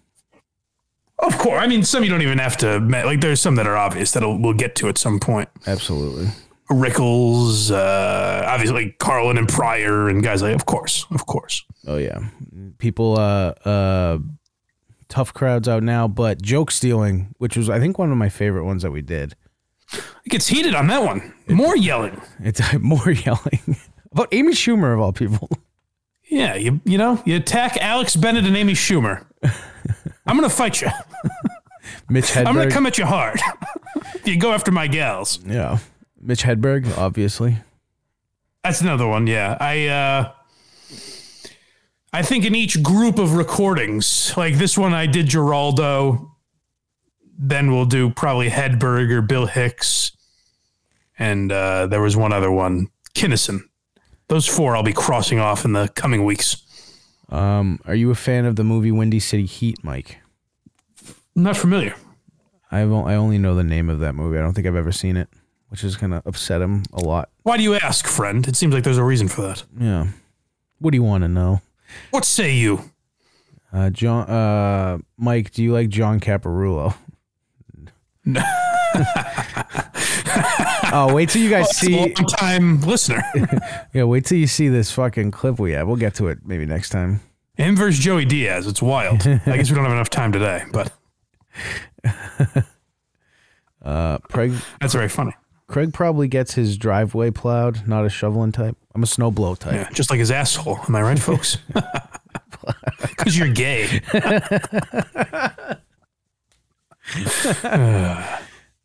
[SPEAKER 2] Of course. I mean, some you don't even have to, ma- like, there's some that are obvious that we'll get to at some point.
[SPEAKER 1] Absolutely.
[SPEAKER 2] Rickles, uh, obviously Carlin and Pryor and guys like, of course, of course.
[SPEAKER 1] Oh yeah. People uh uh tough crowds out now, but joke stealing, which was I think one of my favorite ones that we did.
[SPEAKER 2] It gets heated on that one. More yelling.
[SPEAKER 1] It's (laughs) more yelling about Amy Schumer of all people.
[SPEAKER 2] Yeah, you you know, you attack Alex Bennett and Amy Schumer. (laughs) I'm gonna fight you.
[SPEAKER 1] (laughs) Mitch Hedberg.
[SPEAKER 2] I'm gonna come at you hard. (laughs) you go after my gals.
[SPEAKER 1] yeah. Mitch Hedberg, obviously.
[SPEAKER 2] That's another one. Yeah, I. uh I think in each group of recordings, like this one, I did Geraldo. Then we'll do probably Hedberg or Bill Hicks, and uh, there was one other one, Kinnison. Those four I'll be crossing off in the coming weeks.
[SPEAKER 1] Um, are you a fan of the movie Windy City Heat, Mike?
[SPEAKER 2] not familiar.
[SPEAKER 1] I've on- I only know the name of that movie. I don't think I've ever seen it, which is gonna upset him a lot.
[SPEAKER 2] Why do you ask, friend? It seems like there's a reason for that.
[SPEAKER 1] Yeah. What do you want to know?
[SPEAKER 2] What say you?
[SPEAKER 1] Uh, John, uh, Mike, do you like John (laughs) Caparulo? oh, wait till you guys see.
[SPEAKER 2] Long-time listener.
[SPEAKER 1] Yeah, wait till you see this fucking clip we have. We'll get to it maybe next time.
[SPEAKER 2] Him versus Joey Diaz. It's wild. I guess we don't have enough time today, but
[SPEAKER 1] Uh, Craig,
[SPEAKER 2] that's very funny.
[SPEAKER 1] Craig probably gets his driveway plowed. Not a shoveling type. I'm a snowblow type.
[SPEAKER 2] Yeah, just like his asshole. Am I right, folks? Because you're gay.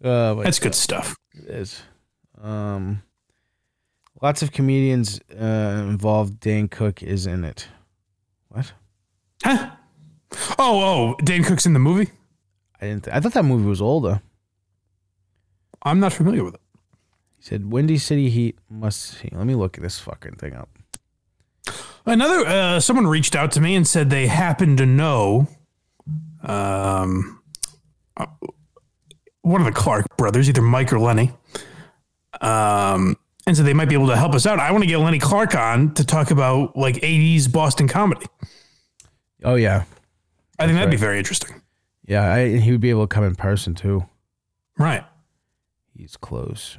[SPEAKER 1] Uh, but
[SPEAKER 2] That's good stuff.
[SPEAKER 1] it is. Um, lots of comedians uh, involved. Dan Cook is in it. What?
[SPEAKER 2] Huh? Oh, oh, Dane Cook's in the movie?
[SPEAKER 1] I didn't. I thought that movie was older.
[SPEAKER 2] I'm not familiar with it.
[SPEAKER 1] He said, "Windy City Heat must see." Let me look this fucking thing up.
[SPEAKER 2] Another uh, someone reached out to me and said they happen to know um, uh, one of the Clark brothers, either Mike or Lenny, um, and so they might be able to help us out. I want to get Lenny Clark on to talk about like '80s Boston comedy.
[SPEAKER 1] Oh yeah,
[SPEAKER 2] I think that'd be
[SPEAKER 1] right.
[SPEAKER 2] very interesting.
[SPEAKER 1] yeah. I, he would be able to come in person too.
[SPEAKER 2] Right?
[SPEAKER 1] He's close.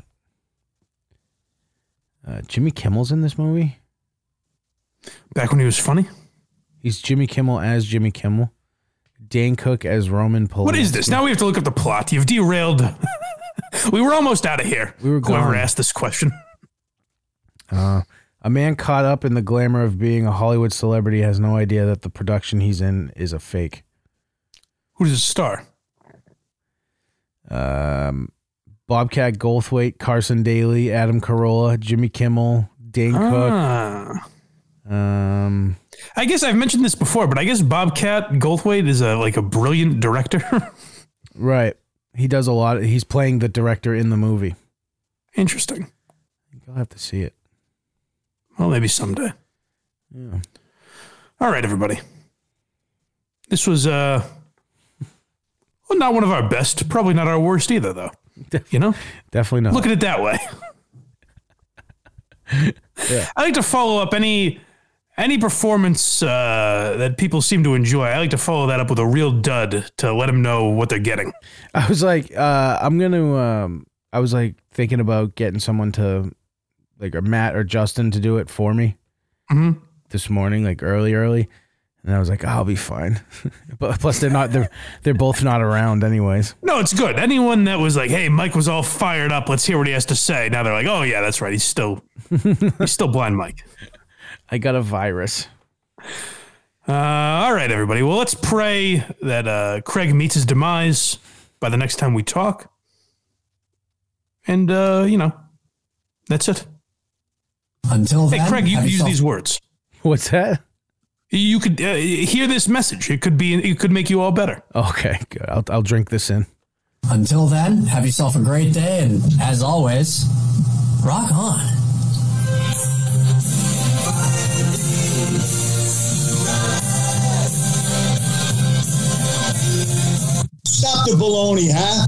[SPEAKER 1] Uh, Jimmy Kimmel's in this movie.
[SPEAKER 2] Back when he was funny.
[SPEAKER 1] He's Jimmy Kimmel as Jimmy Kimmel. Dan Cook as Roman Polanski.
[SPEAKER 2] What is this? Now we have to look up the plot. You've derailed. (laughs) we were almost out of here.
[SPEAKER 1] We were
[SPEAKER 2] Whoever
[SPEAKER 1] gone.
[SPEAKER 2] asked this question.
[SPEAKER 1] A man caught up in the glamour of being a Hollywood celebrity has no idea that the production he's in is a fake.
[SPEAKER 2] Who does it star?
[SPEAKER 1] Um, Bobcat Goldthwait, Carson Daly, Adam Carolla, Jimmy Kimmel, Dane
[SPEAKER 2] Ah.
[SPEAKER 1] Cook. Um,
[SPEAKER 2] I guess I've mentioned this before, but I guess Bobcat Goldthwait is a like a brilliant director. (laughs)
[SPEAKER 1] right. He does a lot. He's playing the director in the movie.
[SPEAKER 2] Interesting.
[SPEAKER 1] You'll have to see it.
[SPEAKER 2] Well, maybe someday.
[SPEAKER 1] Yeah.
[SPEAKER 2] All right, everybody. This was uh well, not one of our best, probably not our worst
[SPEAKER 1] (laughs)
[SPEAKER 2] either though. You know?
[SPEAKER 1] Definitely not.
[SPEAKER 2] Look at it that way. I like to follow up any any performance uh, that people seem to enjoy. I like to follow that up with a real dud to let them know what they're getting.
[SPEAKER 1] (laughs) I was like, uh, I'm gonna. Um, I was like thinking about getting someone to, like, or Matt or Justin to do it for me Mm-hmm.
[SPEAKER 2] Mhm.
[SPEAKER 1] this morning, like early, early. And I was like, I'll be fine. (laughs) but plus, they're not. They're they're both not around, anyways.
[SPEAKER 2] No, it's good. Anyone that was like, "Hey, Mike was all fired up. Let's hear what he has to say." Now they're like, "Oh yeah, that's right. He's still he's still blind, Mike."
[SPEAKER 1] I got a virus.
[SPEAKER 2] Uh, all right, everybody. Well, let's pray that uh, Craig meets his demise by the next time we talk. And uh, you know, that's it.
[SPEAKER 4] Until
[SPEAKER 2] Hey,
[SPEAKER 4] then,
[SPEAKER 2] Craig, you
[SPEAKER 4] have
[SPEAKER 2] could use
[SPEAKER 4] yourself-
[SPEAKER 2] these words.
[SPEAKER 1] What's that?
[SPEAKER 2] You could uh, hear this message. It could be. It could make you all better.
[SPEAKER 1] Okay, good. I'll I'll drink this in.
[SPEAKER 4] Until then, have yourself a great day, and as always, rock on.
[SPEAKER 6] Stop the baloney, huh?